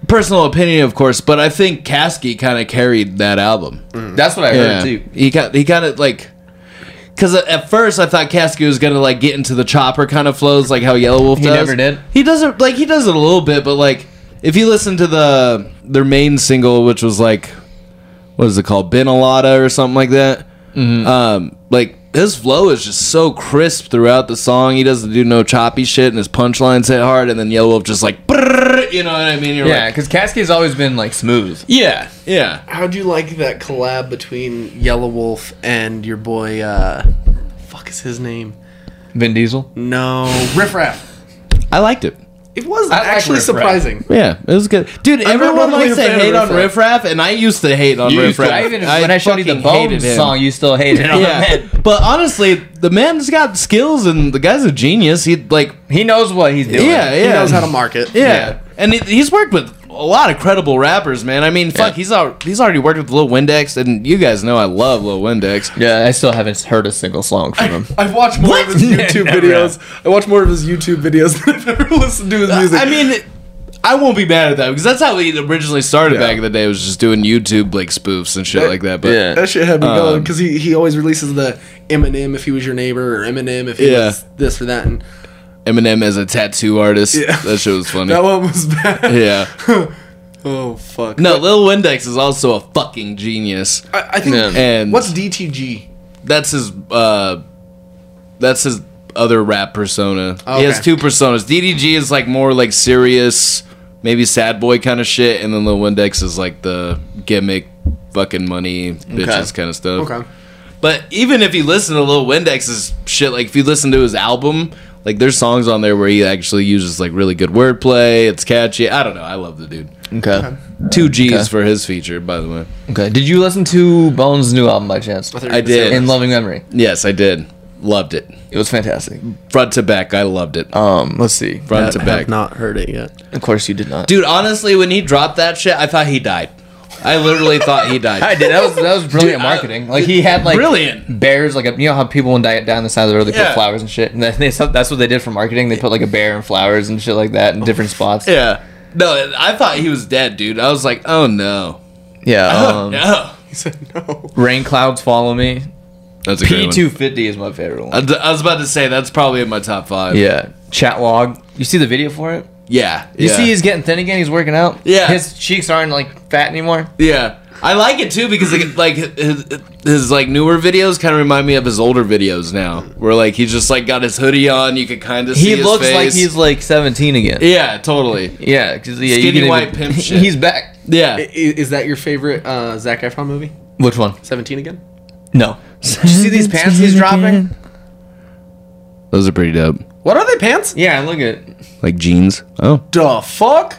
C: personal opinion, of course, but I think Caskey kind of carried that album.
B: That's what I
C: Yeah,
B: heard too.
C: he got he kind of like. Cause at- at first I thought Caskey was gonna like get into the chopper kind of flows like how Yellow Wolf
B: He
C: does.
B: never did.
C: He doesn't like he does it a little bit, but like if you listen to the their main single, which was like what is it called, Benalada or something like that.
B: Mm-hmm.
C: Um, like his flow is just so crisp throughout the song. He doesn't do no choppy shit, and his punchlines hit hard. And then Yellow Wolf just like, brrrr, you know what I mean? You're
B: Yeah,
C: like,
B: because Caskey's always been like smooth.
C: yeah, yeah.
A: How'd you like that collab between Yellow Wolf and your boy? uh Fuck is his name?
B: Vin Diesel.
A: No, Riff Raff.
C: I liked it.
A: It was
B: I like
A: actually
B: Riff Raff.
A: surprising.
C: Yeah, it was good, dude.
A: not
C: everyone
A: normally
C: likes
A: a
C: to
A: fan of
C: hate on
A: Riff Raff.
C: Riff Raff, and I used to hate on
B: You
C: Riff
B: used to-
C: Raff.
B: I even when I showed you the
C: fucking hated
B: Bones
C: him.
B: song, you still hated it.
C: Yeah, but honestly, the man's got skills, and the guy's a genius. He like,
B: he knows what he's doing.
C: yeah, yeah,
A: He knows how to market.
C: yeah. and he, he's worked with a lot of credible rappers, man. I mean, fuck,
B: Yeah.
C: he's al- he's already worked with Lil Windex, and you guys know I love Lil Windex.
B: yeah. I still haven't heard a single song from him.
A: I've watched more of his
B: Yeah,
A: YouTube
B: never
A: videos. I watch more of his YouTube videos than I've ever listened to his music.
C: I mean. I won't be mad at that because that's how he originally started
A: Yeah.
C: back in the day. Was just doing YouTube like spoofs and shit like that. But
B: Yeah.
A: that shit had me going
C: Um,
A: because he, he always releases the Eminem if he was your neighbor or Eminem if he
C: Yeah.
A: was this or that. And
C: Eminem as a tattoo artist,
A: Yeah.
C: that shit was funny.
A: that one was bad.
C: yeah.
A: Oh fuck.
C: No, Lil Windex is also a fucking genius.
A: I, I think.
B: Yeah.
C: And
A: What's DTG?
C: that's his uh that's his other rap persona. He has
A: Okay.
C: two personas. DDG is like more like serious, maybe sad boy kind of shit, and then Lil Windex is like the gimmick fucking money bitches kind of stuff.
A: Okay.
C: But even if you listen to Lil Windex's shit, like if you listen to his album, like there's songs on there where he actually uses like really good wordplay, it's catchy. I don't know, I love the dude.
B: Okay.
C: Two G's
B: Okay.
C: for his feature, by the way.
B: Okay. Did you listen to Bones' new album by chance?
A: thought you were
C: I
A: gonna say
C: did.
B: In Loving Memory.
C: Yes, I did. Loved it.
B: It was fantastic.
C: Front to back, I loved it.
B: Um, let's see.
C: Front to
A: I have
C: back.
A: not heard it yet.
B: Of course, you did not.
C: Dude, honestly, when he dropped that shit, I thought he died. I literally thought he died.
B: I did. That was that was brilliant
C: Dude, I-
B: marketing. Like he had like
C: Brilliant.
B: bears, like a, you know how people when diet down the side of the road they
C: Yeah.
B: put flowers and shit, and then they, that's what they did for marketing. They put like a bear and flowers and shit like that in
C: Oh,
B: different spots.
C: Yeah. No, I thought he was dead, dude. I was like, oh no.
B: Yeah. Um,
C: no.
A: He said no.
B: Rain clouds follow me.
C: That's a
B: P
C: P2.
B: two fifty is my favorite
C: I
B: one.
C: d- I was about to say, that's probably in my top five.
B: Yeah. Chat log. You see the video for it?
C: Yeah.
B: You
C: yeah.
B: see he's getting thin again. He's working out.
C: Yeah.
B: His cheeks aren't like fat anymore.
C: Yeah. I like it too because like, like his, his like newer videos kind of remind me of his older videos now, where like he's just like got his hoodie on. You could kind of see
B: He
C: his
B: looks like
C: face.
B: he's like seventeen again.
C: yeah, totally.
B: Yeah, because yeah, you
C: Skinny
B: can even-
C: white pimp shit.
B: He's back.
A: I- i-
C: Yeah,
A: Is that your favorite uh, Zach Efron movie?
B: Which one?
A: Seventeen again?
B: No. Did you see these pants he's dropping?
C: those are pretty dope.
A: What are they pants?
B: Yeah, look at.
C: Like jeans. Oh,
A: The fuck?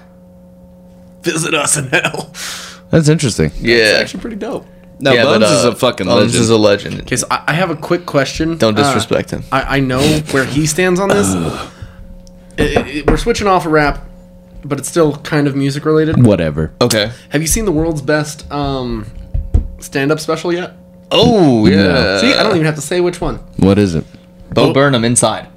A: Visit us in hell.
C: that's interesting.
B: Yeah.
A: Actually, pretty dope.
C: No,
B: yeah,
C: Bones
B: but, uh,
C: Oh, is a fucking
B: Bones
C: legend.
B: is a legend.
A: Okay, so I, I have a quick question.
B: Don't
A: Uh,
B: disrespect him.
A: I, I know where he stands on this. It- it- it- we're switching off a rap, but it's still kind of music related.
C: Whatever.
B: Okay.
A: Have you seen the world's best um, stand up special yet?
C: Oh yeah.
A: See, I don't even have to say which one.
C: What is it?
B: Bo Burnham inside.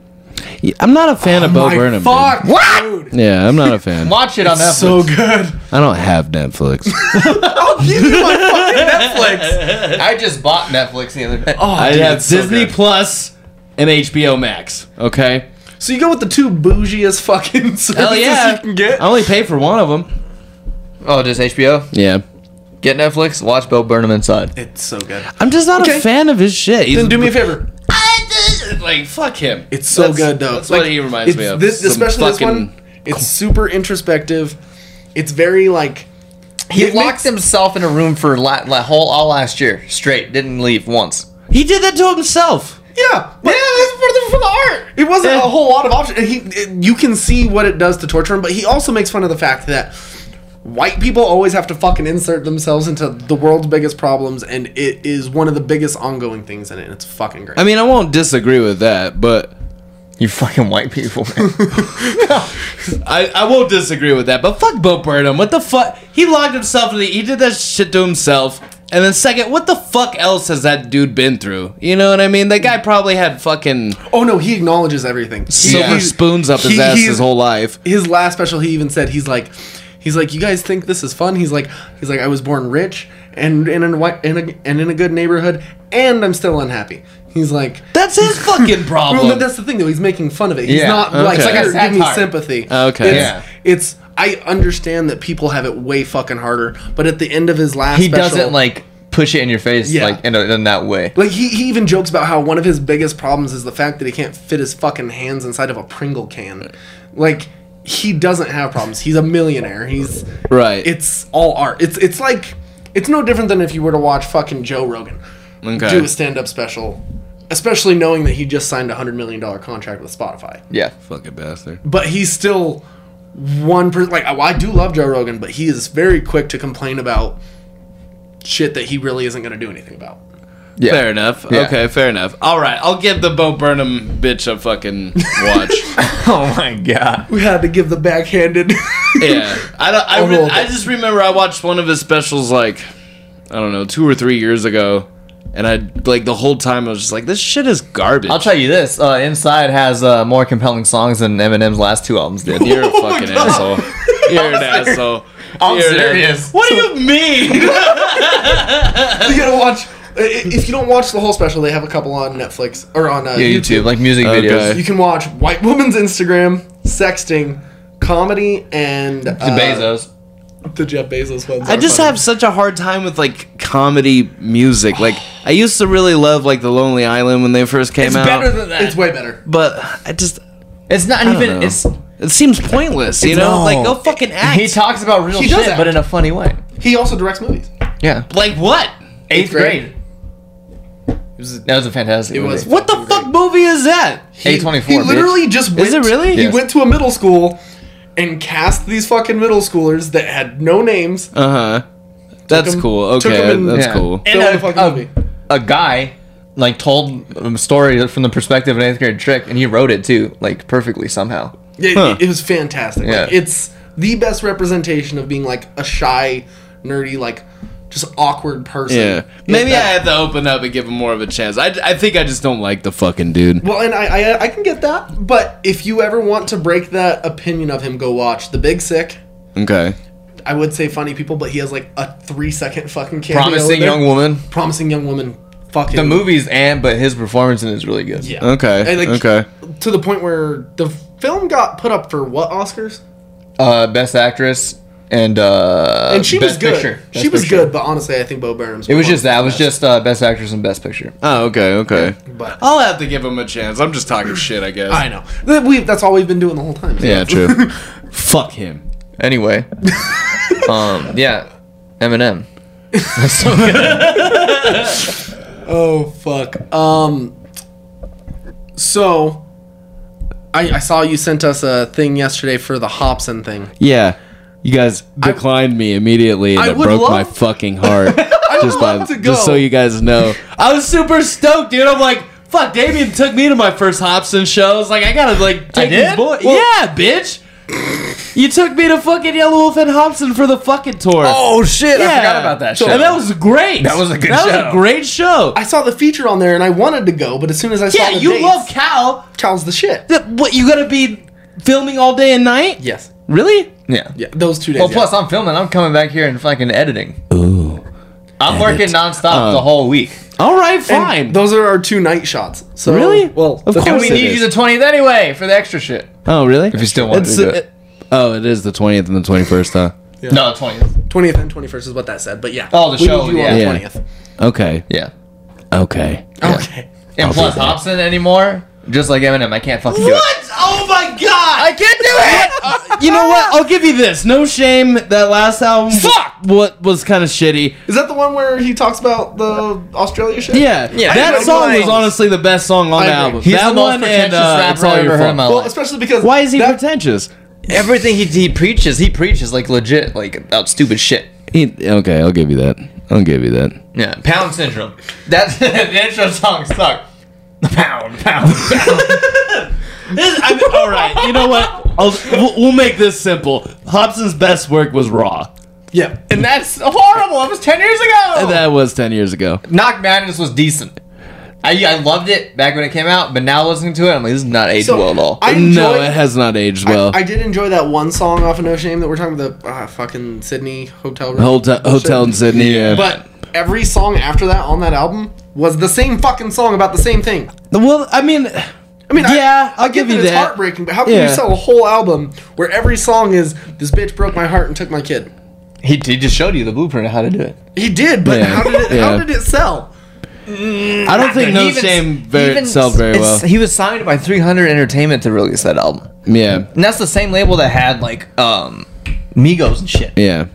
C: I'm not a fan of Bo
A: My
C: Burnham. dude.
A: Fuck! What?
C: Yeah, I'm not a fan.
B: Watch it on Netflix.
A: So good.
C: I don't have Netflix.
A: Netflix.
B: I just bought Netflix the other day.
A: Oh,
C: I
A: dude,
C: have
A: it's so
C: Disney
A: good.
C: Plus and HBO Max. Okay.
A: So you go with the two bougiest fucking services
C: yeah. Oh.
A: you can get.
C: I only pay for one of them.
B: Oh, just HBO.
C: Yeah.
B: Get Netflix. Watch Bo Burnham inside.
A: It's so good.
C: I'm just not
A: Okay.
C: a fan of his shit. He's
A: Then do me a favor.
C: like fuck him.
A: It's so
C: That's-
A: good though.
C: That's what he reminds
A: it's
C: me of.
A: This,
C: Some
A: especially this
C: fucking-
A: one. It's super introspective. It's very like
B: He
A: It
B: locked
A: makes-
B: himself in a room for la- la- whole all last year straight. Didn't leave once.
C: He did that to himself.
A: yeah,
B: for
A: but
B: the, for the art.
A: It wasn't
C: Yeah.
A: a whole lot of options. He, it- you can see what it does to torture him, but he also makes fun of the fact that white people always have to fucking insert themselves into the world's biggest problems, and it is one of the biggest ongoing things in it. And it's fucking great.
C: I mean, I won't disagree with that, but
B: You fucking white people. man.
C: I, I won't disagree with that. But fuck Bo Burnham. What the fuck? He locked himself in the. He did that shit to himself. And then second, what the fuck else has that dude been through? You know what I mean? That guy probably had fucking
A: oh no, he acknowledges everything.
C: silver
A: He-
C: spoons up his
A: he-
C: ass
A: he's-
C: his whole life.
A: his last special he even said he's like he's like you guys think this is fun he's like he's like i was born rich and and in, a white- and a, and in a good neighborhood and i'm still unhappy he's like
C: That's his fucking problem.
A: well, but that's the thing though he's making fun of it he's
B: Yeah,
A: not like
C: okay.
A: "Here,
B: It's like a
A: give me
B: satire.
A: sympathy
C: Okay.
A: it's,
B: Yeah.
A: it's i understand that people have it way fucking harder but at the end of his last
B: he
A: special,
B: doesn't like push it in your face
A: Yeah.
B: like in, a, in that way.
A: like he, he even jokes about how one of his biggest problems is the fact that he can't fit his fucking hands inside of a Pringle can. Like he doesn't have problems. He's a millionaire. He's
C: Right.
A: It's all art. It's it's like it's no different than if you were to watch fucking Joe Rogan
C: okay.
A: do a stand up special, especially knowing that he just signed a hundred million dollar contract with Spotify.
B: Yeah.
C: Fucking bastard.
A: But he's still one person. Like I, I do love Joe Rogan, but he is very quick to complain about shit that he really isn't going to do anything about.
B: Yeah.
C: Fair enough.
B: Yeah.
C: Okay, fair enough. All right, I'll give the Bo Burnham bitch a fucking watch.
B: Oh my god.
A: We had to give the backhanded.
C: yeah, I don't. I,
A: I'll
C: re-
A: roll
C: I
A: that.
C: just remember I watched one of his specials like I don't know two or three years ago, and I like the whole time I was just like, this shit is garbage.
B: I'll tell you this. Uh, Inside has uh, more compelling songs than Eminem's last two albums did.
C: You're a fucking asshole. You're an asshole.
B: I'm
C: You're an-
B: serious.
C: What do you mean?
A: you gotta watch. i- If you don't watch the whole special, they have a couple on Netflix or on uh,
B: Yeah,
A: YouTube.
B: YouTube, like music
C: Okay.
B: videos.
A: You can watch White Woman's Instagram, sexting, comedy, and uh,
B: Bezos.
A: The Jeff Bezos ones.
C: I
A: are
C: just
A: funny.
C: have such a hard time with like comedy music. Like I used to really love like The Lonely Island when they first came
B: It's
C: out.
B: better than that.
A: It's way better.
C: but I just
B: It's not
C: don't
B: even.
C: know.
B: It's
C: it seems pointless. You know,
B: No.
C: like go fucking act.
B: he talks about real
A: He does
B: shit,
A: act.
B: but in a funny way.
A: He also directs movies.
B: Yeah.
C: like what?
B: Eighth
A: grade.
B: grade. That was a fantastic.
A: It
B: movie.
A: was.
C: What the fuck movie is that?
A: He-
B: 824,
A: He
B: bitch.
A: literally just went,
C: Is it really?
A: He
B: Yes.
A: went to a middle school and cast these fucking middle schoolers that had no names.
C: Uh huh. That's
A: him-
C: cool.
A: took
C: Okay,
A: him in-
C: that's
B: Yeah.
C: cool.
B: And
A: Film
B: a,
A: fucking
B: a-
A: movie.
B: a guy like told a story from the perspective of an eighth grade trick, and he wrote it too, like perfectly somehow.
A: It,
C: Huh.
A: it was fantastic. Like,
B: Yeah.
A: it's the best representation of being like a shy, nerdy, like just awkward person.
C: Yeah,
A: It-
C: maybe I
A: that-
C: have to open up and give him more of a chance. I, I think I just don't like the fucking dude.
A: Well, and I, I I can get that, but if you ever want to break that opinion of him, go watch The Big Sick.
C: Okay,
A: I would say funny people, but he has like a three second fucking cameo. in
B: Promising
A: there.
B: young woman.
A: Promising young woman. Fucking
B: The movies and but his performance in it is really good.
A: Yeah.
C: okay,
A: And, like,
C: okay.
A: To the point where the film got put up for what Oscars?
B: Uh, best actress and uh,
A: And she was
B: Best
A: good.
B: Picture.
A: She
B: Best
A: was
B: Picture.
A: good, but honestly, I think Bo Burnham's.
B: It was just that. It was just uh, best actress and best picture.
C: Oh, okay, okay.
A: But
C: I'll have to give him a chance. I'm just talking shit, I guess.
A: I know. That We that's all we've been doing the whole time. so.
C: Yeah, true. Fuck him.
B: Anyway, um, yeah, Eminem.
A: Oh fuck. Um. So, I, I saw you sent us a thing yesterday for the Hobson thing.
C: Yeah, you guys declined me immediately, and
A: I
C: it
A: would
C: broke
A: love-
C: my fucking heart. just
A: love to go.
C: just so you guys know, I was super stoked, dude. I'm like. Fuck, Damien took me to my first Hobson show. I was like, I gotta like take
B: did?
C: this boy.
B: Well-
C: yeah, bitch. You took me to fucking Yellow Wolf and Hobson for the fucking tour.
B: Oh shit! I forgot about that show.
C: And that was great.
B: That was a good
C: That
B: show.
C: was a great show.
A: I saw the feature on there and I wanted to go, but as soon as I saw
C: yeah,
A: the
C: you
A: dates,
C: love Cal.
A: Cal's the shit.
C: That- What you gonna be filming all day and night?
A: Yes.
C: Really?
B: yeah.
A: Yeah, those two days.
B: Well,
A: yeah.
B: Oh, plus I'm filming. I'm coming back here and fucking editing. Ooh. I'm working nonstop the whole week.
C: All right,
A: And
C: fine.
A: Those are our two night shots. So
C: Really?
A: Well,
C: Of
A: the-
C: course
B: And we
C: it
B: need
C: is.
B: you the 20th anyway for the extra shit.
C: oh, really?
B: If you still want to do it.
C: Oh, it is the twentieth and the twenty-first, huh?
B: No, the 20th.
A: 20th and 21st is what that said, but yeah.
B: Oh, the
A: We
B: show,
A: need you
B: yeah.
A: on
C: Yeah.
A: 20th.
C: Okay.
B: Yeah.
C: Okay.
A: Okay.
B: And
C: I'll
B: plus
C: do that.
B: Hobson anymore. Just like Eminem, I can't fucking do it.
C: What? Oh my god!
B: I can't do it.
C: you know what? I'll give you this. No shame. That last album.
B: Fuck!
C: What was kind of shitty.
A: Is that the one where he talks about the Australia shit?
C: Yeah.
B: Yeah.
C: That
A: I-
C: song
A: I-
C: was honestly the best song on
A: I
C: the
A: agree.
C: album.
B: He's
C: that
B: the most
C: one and
B: pretentious
C: uh,
B: rapper
C: it's all
B: I
C: your
B: ever heard in
C: fault.
B: my
A: Well,
B: life.
A: especially because
C: Why is he
A: that,
C: pretentious?
B: Everything he, he preaches, he preaches like legit, like about stupid shit.
C: He, okay, I'll give you that. I'll give you that.
B: Yeah, pound syndrome. That's the intro song sucked. Pound, pound, pound.
C: I mean, all right, you know what? I'll, we'll, we'll make this simple. Hobson's best work was Raw.
A: Yeah.
B: and that's horrible. It was ten years ago.
C: That was ten years ago.
B: Knock Madness was decent. I, I loved it back when it came out, but now listening to it, I'm like, this is not aged
A: So,
B: well at all.
A: I enjoy,
C: No, it has not aged well.
A: I did enjoy that one song off of No Shame that we're talking about, the uh, fucking Sydney hotel room.
C: hotel, hotel in Sydney. Yeah.
A: But every song after that on that album was the same fucking song about the same thing.
C: well, I mean,
A: I mean,
C: Yeah,
A: I,
C: I'll
A: I get
C: give you
A: that it's
C: that.
A: heartbreaking, but how can
C: Yeah.
A: you sell a whole album where every song is "This bitch broke my heart and took my kid"?
B: he, he just showed you the blueprint of how to do it.
A: He did, but
C: Yeah,
A: how did it? How
C: yeah.
A: did it sell?
C: I don't think No Shame very, sell very well.
B: He was signed by 300 Entertainment to release that album,
C: Yeah,
B: and that's the same label that had like um Migos and shit.
C: yeah.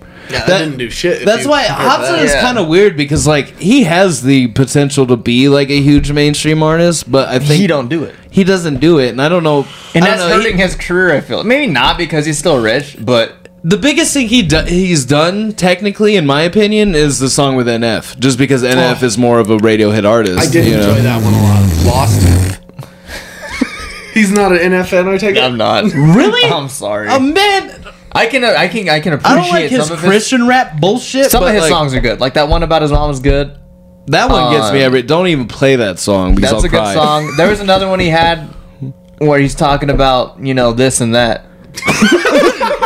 A: Yeah, that,
C: That-
A: didn't do shit. if
C: That's
A: you
C: why
A: compare to
C: Hobson
A: that.
C: is
B: Yeah.
C: kind of weird because like he has the potential to be like a huge mainstream artist, but I think
B: He don't do it.
C: He doesn't do it, and I don't know.
B: And
C: I don't
B: that's
C: know, he-
B: hurting his career. I feel maybe not because he's still rich, but
C: the biggest thing he do- he's done technically, in my opinion, is the song with NF. Just because
B: Oh.
C: NF is more of a radio hit artist.
A: I did
C: you know?
A: enjoy that one a lot. Lost. He's not an NFN. I take it.
B: I'm not.
C: Really?
B: I'm sorry.
C: Oh man,
B: I can I can I can
C: I
B: appreciate
C: don't like his
B: some of his
C: Christian rap bullshit.
B: some
C: but,
B: of his
C: like,
B: songs are good. Like that one about his mom is good.
C: That one gets me
B: Uh,
C: every. Don't even play that song because
B: That's
C: I'll
B: a
C: cry.
B: good song. There was another one he had where he's talking about you know this and that.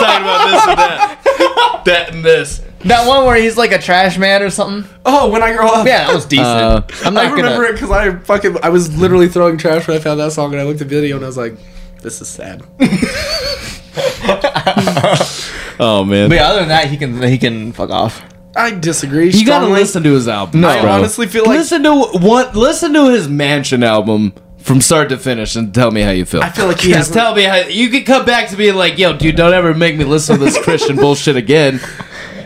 C: talking about this and that, that and this.
B: That one where he's like a trash man or something.
A: Oh, when I grow up.
B: Yeah, that was decent.
C: Uh,
B: I'm
A: I
B: not gonna.
A: remember it 'cause it because I fucking I was literally throwing trash when I found that song and I looked at the video and I was like, "This is sad."
C: Oh man,
B: But yeah, other than that, he can he can fuck off.
A: I disagree.
C: you gotta
A: strongly.
C: listen to his album.
A: I honestly feel like
C: listen to what listen to his Mansion album from start to finish and tell me how you feel.
A: I feel like he
C: Just
A: hasn't-
C: tell me how you could come back to me like, yo, dude, don't ever make me listen to this Christian bullshit again,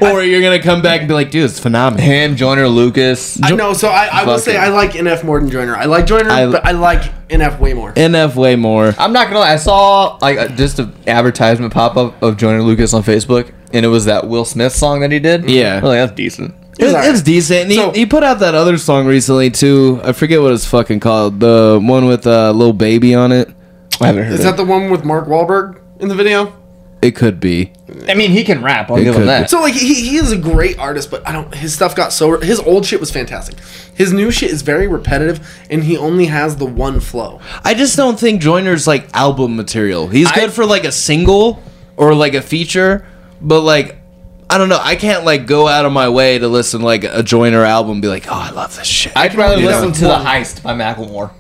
C: or you're gonna come back and be like, dude, it's phenomenal.
B: Him, Joyner, Lucas.
A: I know, so I, I will
C: Fuck
A: say
C: it.
A: I like NF more than Joyner. I like Joyner,
C: I-
A: but I like NF way more.
C: NF way more.
B: I'm not gonna lie. I saw like uh, just an advertisement pop up of Joyner Lucas on Facebook, and it was that Will Smith song that he did.
C: Yeah.
B: I was like that's decent.
A: It was
C: It-
A: alright.
C: It's decent. And he,
A: So-
C: he put out that other song recently too. I forget what it's fucking called. The one with uh, Lil Baby on it.
B: I haven't heard.
A: Is
B: it.
A: that the one with Mark Wahlberg in the video?
C: It could be.
B: I mean, he can rap. I'll
C: It
B: give him
C: could
B: that.
A: So like he, he is a great artist, but I don't. His stuff got so his old shit was fantastic. His new shit is very repetitive, and he only has the one flow.
C: I just don't think Joyner's like album material. He's
B: I-
C: good for like a single or like a feature, but like I don't know. I can't like go out of my way to listen to, like a Joyner album. And be like, oh, I love this shit.
B: I'd rather
C: You
B: listen
C: know.
B: to the Heist by Macklemore.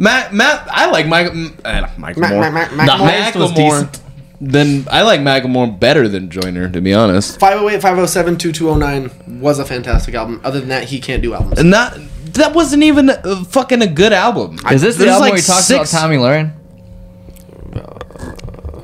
C: Matt, Matt, I like Mike, M- uh, Mike
A: Mac-
C: Moore.
A: Mac- Mac-
C: The
A: Macklemore?
C: Heist was decent. Then I like Macklemore better than Joyner, to be honest.
A: 508, 507, 2209 was a fantastic album. Other than that, he can't do albums.
C: And that that wasn't even uh, fucking a good album.
B: Is this the
C: There's
B: album
C: like
B: where he talks
C: six-
B: about Tommy Lauren?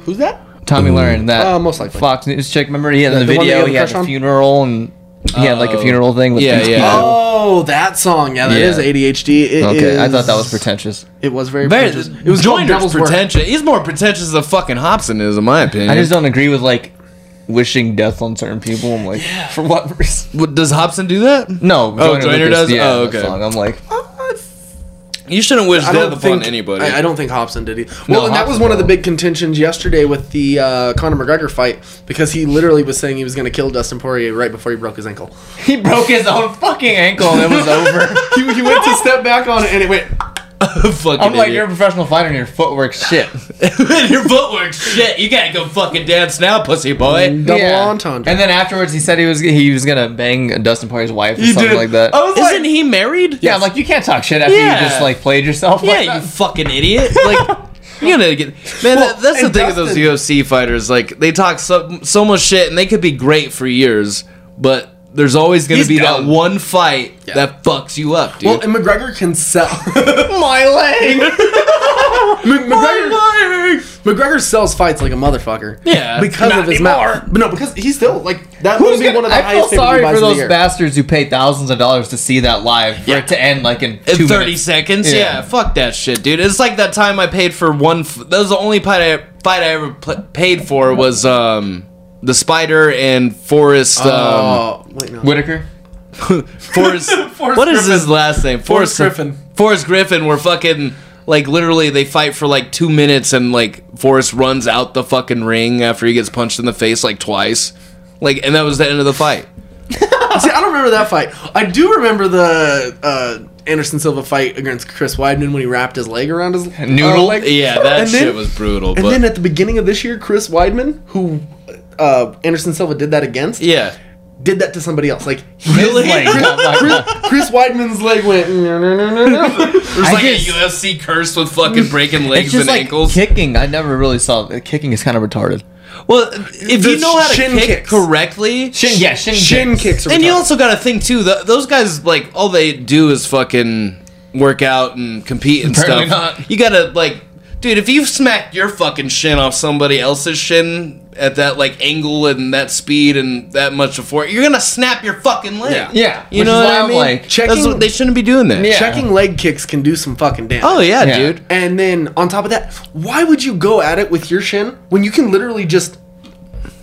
A: Who's that?
B: Tommy Lauren, that
A: Uh, most likely.
B: Fox News chick. Remember, he had in the,
A: the one that
B: video.
A: you have a
B: He had
A: crush
B: a
A: on?
B: funeral and he had like a
C: Oh.
B: funeral thing with
C: Yeah,
B: these
C: yeah.
B: people.
A: Oh, that song. Yeah, that
B: Yeah.
A: is ADHD. Oh, It
B: Okay, I thought that
A: is-
B: was pretentious.
A: It was very,
C: Very,
A: pretentious. It was called
C: Joyner's
A: Devil's Work.
C: pretentious. He's more pretentious than fucking Hobson is, in my opinion.
B: I just don't agree with like wishing death on certain people. I'm like, for what reason?
C: What, does Hobson do that?
B: No,
C: Oh, Joyner
B: Lucas,
C: does? Oh,
B: that
C: okay.
B: song. I'm like,
C: You shouldn't wish
A: I
C: death
A: don't
C: upon
A: think
C: anybody.
A: I, I don't think Hobson did. He. Well, and that was
C: Hobson
A: one of the
C: don't.
A: big contentions yesterday with the uh, Conor McGregor fight because he literally was saying he was going to kill Dustin Poirier right before he broke his ankle.
B: He broke his own fucking ankle and it was over.
A: he, he went to step back on it and it went.
C: Fucking
B: I'm like, you're a
C: idiot.
B: professional fighter and your footwork shit.
C: your footwork shit. You gotta go fucking dance now, pussy boy.
A: Double entendre.
B: And then afterwards, he said he was he was gonna bang Dustin Poirier's wife or something like that.
C: I was Isn't he married?
B: yeah, I'm like you can't talk shit after
C: Yeah.
B: you just like played yourself. like
C: Yeah,
B: uh,
C: you
B: that.
C: fucking idiot. Like, you're gonna get. Man, that, that's the
A: and
C: thing with those
A: Dustin-
C: UFC fighters. Like, they talk so, so much shit and they could be great for years, but there's always gonna
B: He's
C: be
B: dumb.
C: that one fight that fucks you up, dude.
A: Well, and McGregor can sell.
B: my leg.
A: Mc- McGregor, McGregor sells fights like a motherfucker.
C: Yeah.
A: because
C: Not
A: of his mouth. But no, because he's still like that would
B: Who's
A: be
B: gonna-
A: one of the
B: I feel
A: highest. pay-per-view
B: sorry
A: buys
B: for
A: of the
B: those
A: year.
B: bastards who pay thousands of dollars to see that live for it to end like in,
C: in
B: two
C: 30
B: minutes.
C: seconds.
B: Yeah.
C: Yeah. fuck that shit, dude. It's like that time I paid for one. F- that was the only fight I, fight I ever pl- paid for was um the spider and Forrest. Um,
A: Oh wait, no.
B: Whitaker.
C: Forrest. what is his last name?
A: Forrest Griffin.
C: Forrest Griffin. Were fucking like literally they fight for like two minutes and like Forrest runs out the fucking ring after he gets punched in the face like twice. Like and that was the end of the fight.
A: See, I don't remember that fight. I do remember the uh, Anderson Silva fight against Chris Weidman when he wrapped his leg around his
B: Noodle?
A: uh, leg.
C: Yeah, that
A: And then-
C: shit was brutal.
A: And
C: but
A: then at the beginning of this year, Chris Weidman, who uh, Anderson Silva did that against,
C: yeah.
A: did that to somebody else. Like
B: His leg. I'm
A: Chris,
B: like,
A: Chris Weidman's leg went. "No, no, no, no, no."
C: There's like
B: guess-
C: a UFC curse with fucking breaking
B: it's
C: legs
B: just
C: and
B: like
C: ankles.
B: kicking. I never really saw kicking is kind of retarded.
C: Well, if
A: The
C: you know how to
A: shin
C: kick
A: kicks.
C: correctly,
B: Shin, yeah, shin,
A: Shin kicks. are
C: and you
A: retarded.
C: also got to think too. Th- those guys, like, all they do is fucking work out and compete and
B: Apparently
C: stuff.
B: not.
C: You gotta like, dude, if you smack your fucking shin off somebody else's shin at that like angle and that speed and that much of force, you're gonna snap your fucking leg.
A: Yeah.
B: Yeah,
C: you
B: which
C: know
B: is
C: what
B: why
C: I
B: I'm
C: mean.
B: like-
C: That's
A: Checking-
C: what they shouldn't be doing that.
B: Yeah.
A: checking leg kicks can do some fucking damage.
C: Oh yeah,
B: Yeah.
C: dude.
A: And then on top of that, why would you go at it with your shin when you can literally just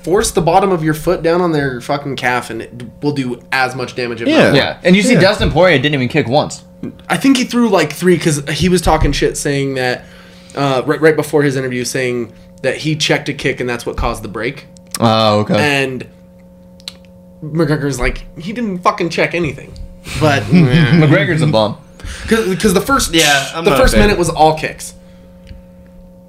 A: force the bottom of your foot down on their fucking calf and it will do as much damage? if not
C: Yeah.
A: more.
B: Yeah, and you see Dustin Poirier didn't even kick once.
A: I think he threw like three because he was talking shit saying that uh, right right before his interview saying that he checked a kick and that's what caused the break.
B: Oh, okay.
A: And McGregor's like he didn't fucking check anything, but
B: McGregor's a bum.
A: because the first
C: Yeah, I'm
A: the
C: not a
A: first
C: fan.
A: minute was all kicks.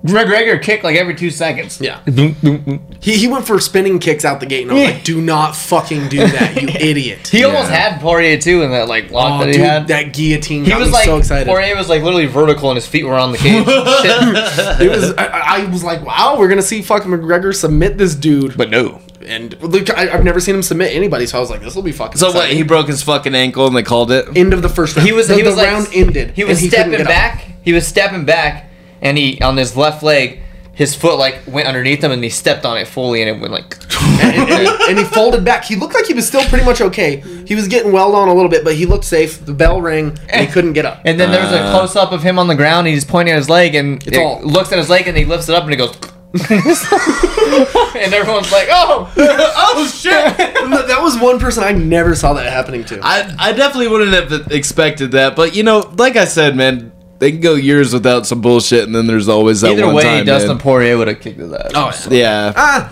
B: McGregor kicked like every two seconds.
A: Yeah.
B: Boom, boom, boom.
A: He, he went for spinning kicks out the gate, and I was like, "Do not fucking do that, you idiot!"
B: He almost had Poirier too in that like
A: oh,
B: lock that he
A: dude,
B: had.
A: that guillotine.
B: he
A: got
B: was
A: me
B: like
A: so excited.
B: Poirier was like literally vertical and his feet were on the cage. Shit.
A: It was. I, I I was like, "Wow, we're gonna see fucking McGregor submit this dude."
B: But no.
A: and look, I, I've never seen him submit anybody, so I was like, "This will be fucking."
C: So
A: exciting."
C: what? He broke his fucking ankle and they called it.
A: end of the first round.
B: He was
A: the,
B: he
A: the
B: was like,
A: round ended.
B: He was
A: and couldn't
B: stepping
A: get up.
B: back. He was stepping back and he on his left leg his foot like went underneath him and he stepped on it fully and it went like
A: and, and- and he folded back. He looked like he was still pretty much okay. He was getting welled on a little bit, but he looked safe. The bell rang, and he couldn't get up.
B: and then there was a close up of him on the ground and he's pointing at his leg and it
A: all-
B: looks at his leg and he lifts it up and he goes and everyone's like, "Oh,
C: oh shit!
A: Th- that was one person I never saw that happening to.
C: I, I definitely wouldn't have expected that, but you know, like I said, man, they can go years without some bullshit, and then there's always that
B: Either
C: one
B: way,
C: time.
B: Dustin
C: man.
B: Poirier would have kicked his ass.
A: Oh,
C: yeah,
A: ah,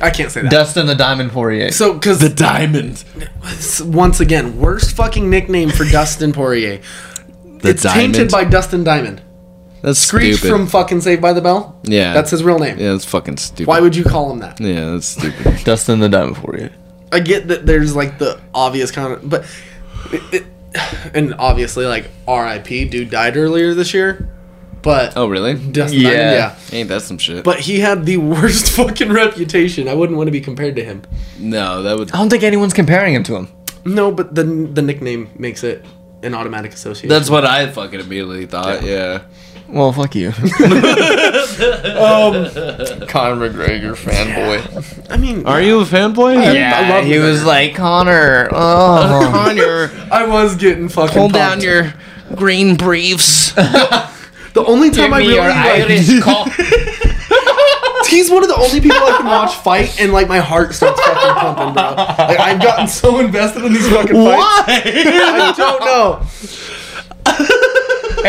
A: I can't say that.
B: Dustin the Diamond Poirier.
A: so, because
C: the diamond,
A: once again, worst fucking nickname for Dustin Poirier.
C: the
A: it's tainted by Dustin Diamond.
C: that's
A: Screech
C: stupid.
A: from fucking Saved by the Bell.
C: yeah,
A: That's his real name.
C: yeah, that's fucking stupid.
A: Why would you call him that?
C: yeah, that's stupid.
B: Dustin the Diamond Poirier.
A: I get that there's like the obvious kind of, but it, it, and obviously like R.I.P. Dude died earlier this year, but
C: oh really?
A: Dustin
B: Yeah.
A: Diamond, yeah.
C: Ain't that some shit?
A: But he had the worst fucking reputation. I wouldn't want to be compared to him.
C: no, that would.
B: I don't think anyone's comparing him to him.
A: No, but the the nickname makes it an automatic association.
C: That's what I fucking immediately thought. Yeah,
B: Well, fuck you. um, Conor McGregor fanboy.
A: I mean.
C: are you a fanboy?
B: Yeah,
A: I love
B: he
A: McGregor.
B: was like Connor. Oh,
C: on your
A: I was getting fucking.
C: hold down
A: popped.
C: your green briefs.
A: The only time
B: give
A: I
B: me
A: really
B: your
A: like,
B: Irish cock.
A: he's one of the only people I can watch fight and like my heart starts fucking pumping, bro. Like I've gotten so invested in these fucking fights.
C: Why?
A: I don't know.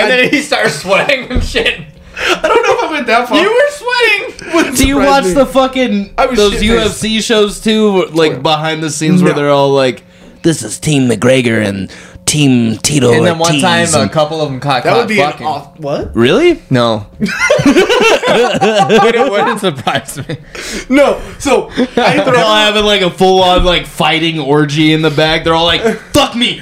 B: and then he starts sweating and shit.
A: I don't know if I went that far.
B: You were sweating.
A: Wouldn't
C: Do you
A: surprise
C: watch
A: me.
C: the fucking
A: I was
C: those
A: shit-faced.
C: UFC shows too? Like behind the scenes where
A: No.
C: they're all like, "This is Team McGregor and Team Tito."
B: And then one time,
C: Ortiz
B: a
C: and-
B: couple of them caught
A: That
B: caught
A: would be an
B: fucking.
A: off. What?
C: really?
B: no. it wouldn't surprise me.
A: No. So I
C: They're all
A: throw.
C: having like a full on like fighting orgy in the back. They're all like, "Fuck me."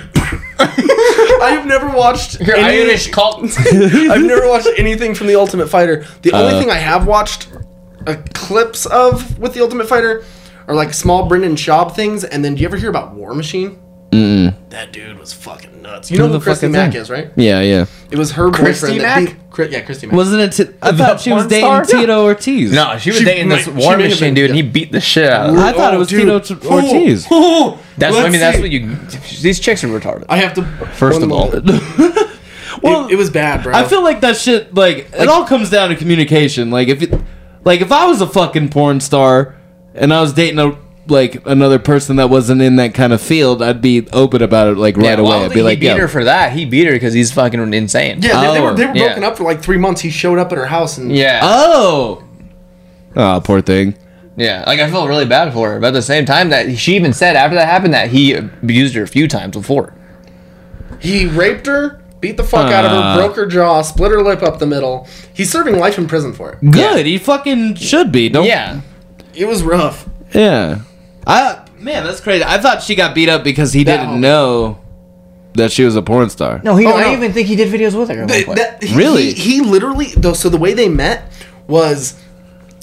A: I have never watched.
B: Your
A: any-
B: Irish cult.
A: I've never watched anything from The Ultimate Fighter. The only thing I have watched uh, clips of with The Ultimate Fighter are like small Brendan Schaub things. And then, do you ever hear about War Machine? Mm. That dude was fucking nuts. You know
C: Who
A: who
C: the
A: Christy
C: fuck is
A: Mack
C: that?
A: is, right?
C: Yeah, yeah.
A: It was her
B: Christy
A: boyfriend that
B: Mack?
A: beat. Chri- yeah, Christy Mack.
C: Wasn't it? T- I thought she was
B: porn
C: dating
B: star?
C: Tito Ortiz.
B: No, she was
A: She
B: dating this
A: might- she
B: War
A: may have
B: Machine
A: been-
B: dude, and he beat the shit out of her.
C: I thought it was Tito T- Ortiz.
A: Oh,
B: That's I
A: let's
B: mean, that's
A: see.
B: what you. These chicks are retarded.
A: I have to.
C: First of all,
A: well, it, was bad, bro.
C: I feel like that shit. Like, it all comes down to communication. Like if, it, like if I was a fucking porn star, and I was dating a like another person that wasn't in that kind of field, I'd be open about it like right
B: well, I don't
C: away. I'd
B: think
C: be
B: he
C: like,
B: beat
C: yo,
B: her for that. He beat her because he's fucking insane.
A: yeah, they, they were, they were
B: Oh, yeah.
A: broken up for like three months. He showed up at her house and
B: Yeah.
C: oh, oh, poor thing.
B: Yeah, like I felt really bad for her, but at the same time, that she even said after that happened that he abused her a few times before.
A: He raped her, beat the fuck out of her,
C: Ah.
A: broke her jaw, split her lip up the middle. He's serving life in prison for it.
C: Good, he fucking should be. Don't.
B: Yeah,
A: It was rough.
C: yeah. I man, that's crazy. I thought she got beat up because he
A: That-
C: didn't know that she was a porn star.
B: no, he.
A: Oh,
B: I
A: no.
B: even think he did videos with her. at one
A: Th-
B: point.
A: that- he-
C: Really?
A: He, he literally though. So the way they met was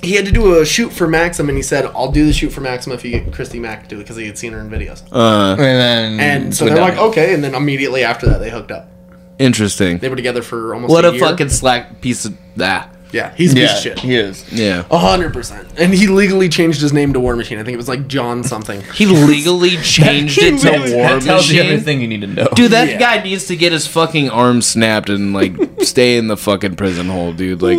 A: he had to do a shoot for Maxim, and he said, "I'll do the shoot for Maxim if you get Christy Mack to do it," because he had seen her in videos.
C: Uh,
B: and then
A: and so
B: went
A: they're
B: down.
A: like, "Okay," and then immediately after that, they hooked up.
C: interesting.
A: They were together for almost
C: What
A: a,
C: a
A: year.
C: fucking slack piece of ah. that.
A: yeah. He's a piece
B: yeah,
A: of shit.
B: he is.
C: Yeah.
A: A hundred percent. And he legally changed his name to War Machine. I think it was like John something.
C: He legally changed it to
A: That-
C: War
B: That tells you
C: Machine.
B: everything you need to know.
C: Dude, that
A: Yeah.
C: guy needs to get his fucking arm snapped and like stay in the fucking prison hole, dude. Like,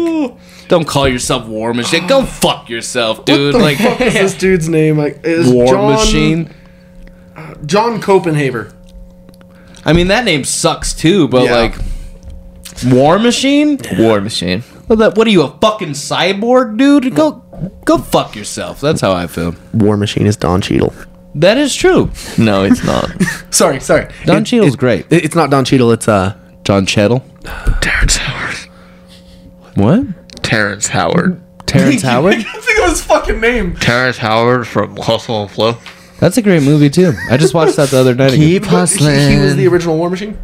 C: don't call yourself War Machine. Go fuck yourself, dude.
A: What the
C: Like,
A: fuck is this dude's name? Like, is
C: War
A: John,
C: Machine.
A: John Copenhaver.
C: I mean, that name sucks too, but
A: Yeah.
C: like, War Machine.
B: War Machine.
C: What the- What are you, a fucking cyborg, dude? Go, go fuck yourself. That's how I feel.
A: War Machine is Don Cheadle.
C: That is true.
B: No, it's not.
A: Sorry, sorry.
C: Don
A: It-
C: Cheadle's
A: it-
C: great.
A: it- it's not Don Cheadle. It's uh.
C: John Chettle.
B: Terrence Howard.
C: What?
B: Terrence Howard.
C: Terrence Howard.
A: I think of his fucking name.
B: Terrence Howard from Hustle and Flow.
C: That's a great movie too. I just watched that the other night. again.
B: Keep hustling.
A: He was the original War Machine.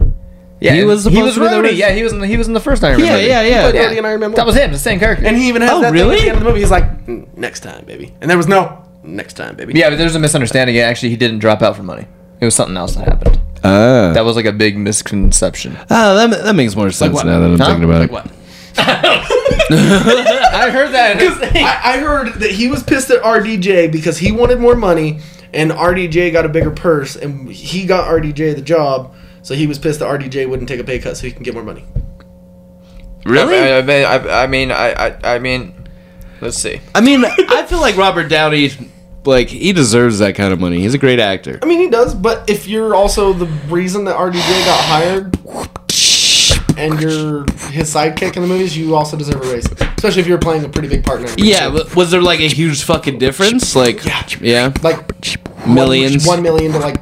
B: yeah,
C: He was
B: he
C: supposed
B: was
C: to be the
B: Rhodey.
C: original-
B: Yeah, he was in the, he was in the first Iron Man.
C: Yeah,
B: movie.
C: yeah, yeah.
A: But- Rhodey in Iron Man
B: That was him, the same character.
A: And he even has
C: Oh,
A: that thing at
C: really?
A: the end of the movie. He's like, "Mm, next time, baby. And there was no next time, baby.
B: Yeah, but there's a misunderstanding. Actually, he didn't drop out for money. It was something else that happened.
C: Ah.
B: That was like a big misconception.
C: Ah, that, ma- that makes more sense
B: what?
C: now that I'm
B: Huh?
C: thinking about
B: Like
C: it.
B: what? I heard that. and it's-
A: I, I heard that he was pissed at RDJ because he wanted more money, and RDJ got a bigger purse, and he got RDJ the job. So he was pissed that RDJ wouldn't take a pay cut so he can get more money.
B: I, I mean, I, I mean, I, I, I mean, let's see.
C: I mean, I feel like Robert Downey, like he deserves that kind of money. He's a great actor.
A: I mean, he does, but if you're also the reason that RDJ got hired and you're his sidekick in the movies, you also deserve a raise. Especially if you're playing a pretty big part in a movie.
C: Yeah, but was there like a huge fucking difference? Like,
A: Yeah.
C: yeah,
A: Like
C: millions.
A: One million to like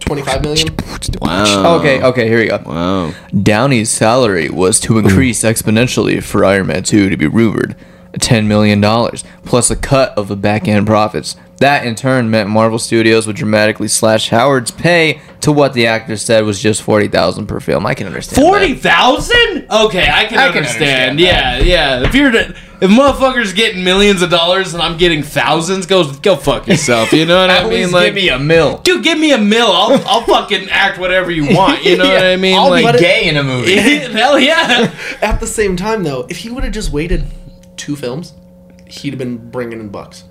A: 25 million.
C: Wow.
B: Okay, okay, here we go.
C: Wow.
B: Downey's salary was to increase exponentially for Iron Man 2 to be rumored. $10 million, plus a cut of the back end profits. That in turn meant Marvel Studios would dramatically slash Howard's pay to what the actor said was just 40000 per film. I can understand. that.
C: Forty thousand? Okay, I can
B: I can
C: understand.
B: understand
C: yeah, yeah. If you're to- if motherfuckers getting millions of dollars and I'm getting thousands, go go fuck yourself. You know what
B: At
C: I mean?
B: least
C: Like,
B: give me a mill.
C: dude, give me a mill. I'll I'll fucking act whatever you want. You know what I mean?
B: I'll
C: like,
B: be gay in a movie.
C: hell yeah.
A: At the same time, though, if he would have just waited two films, he'd have been bringing in bucks.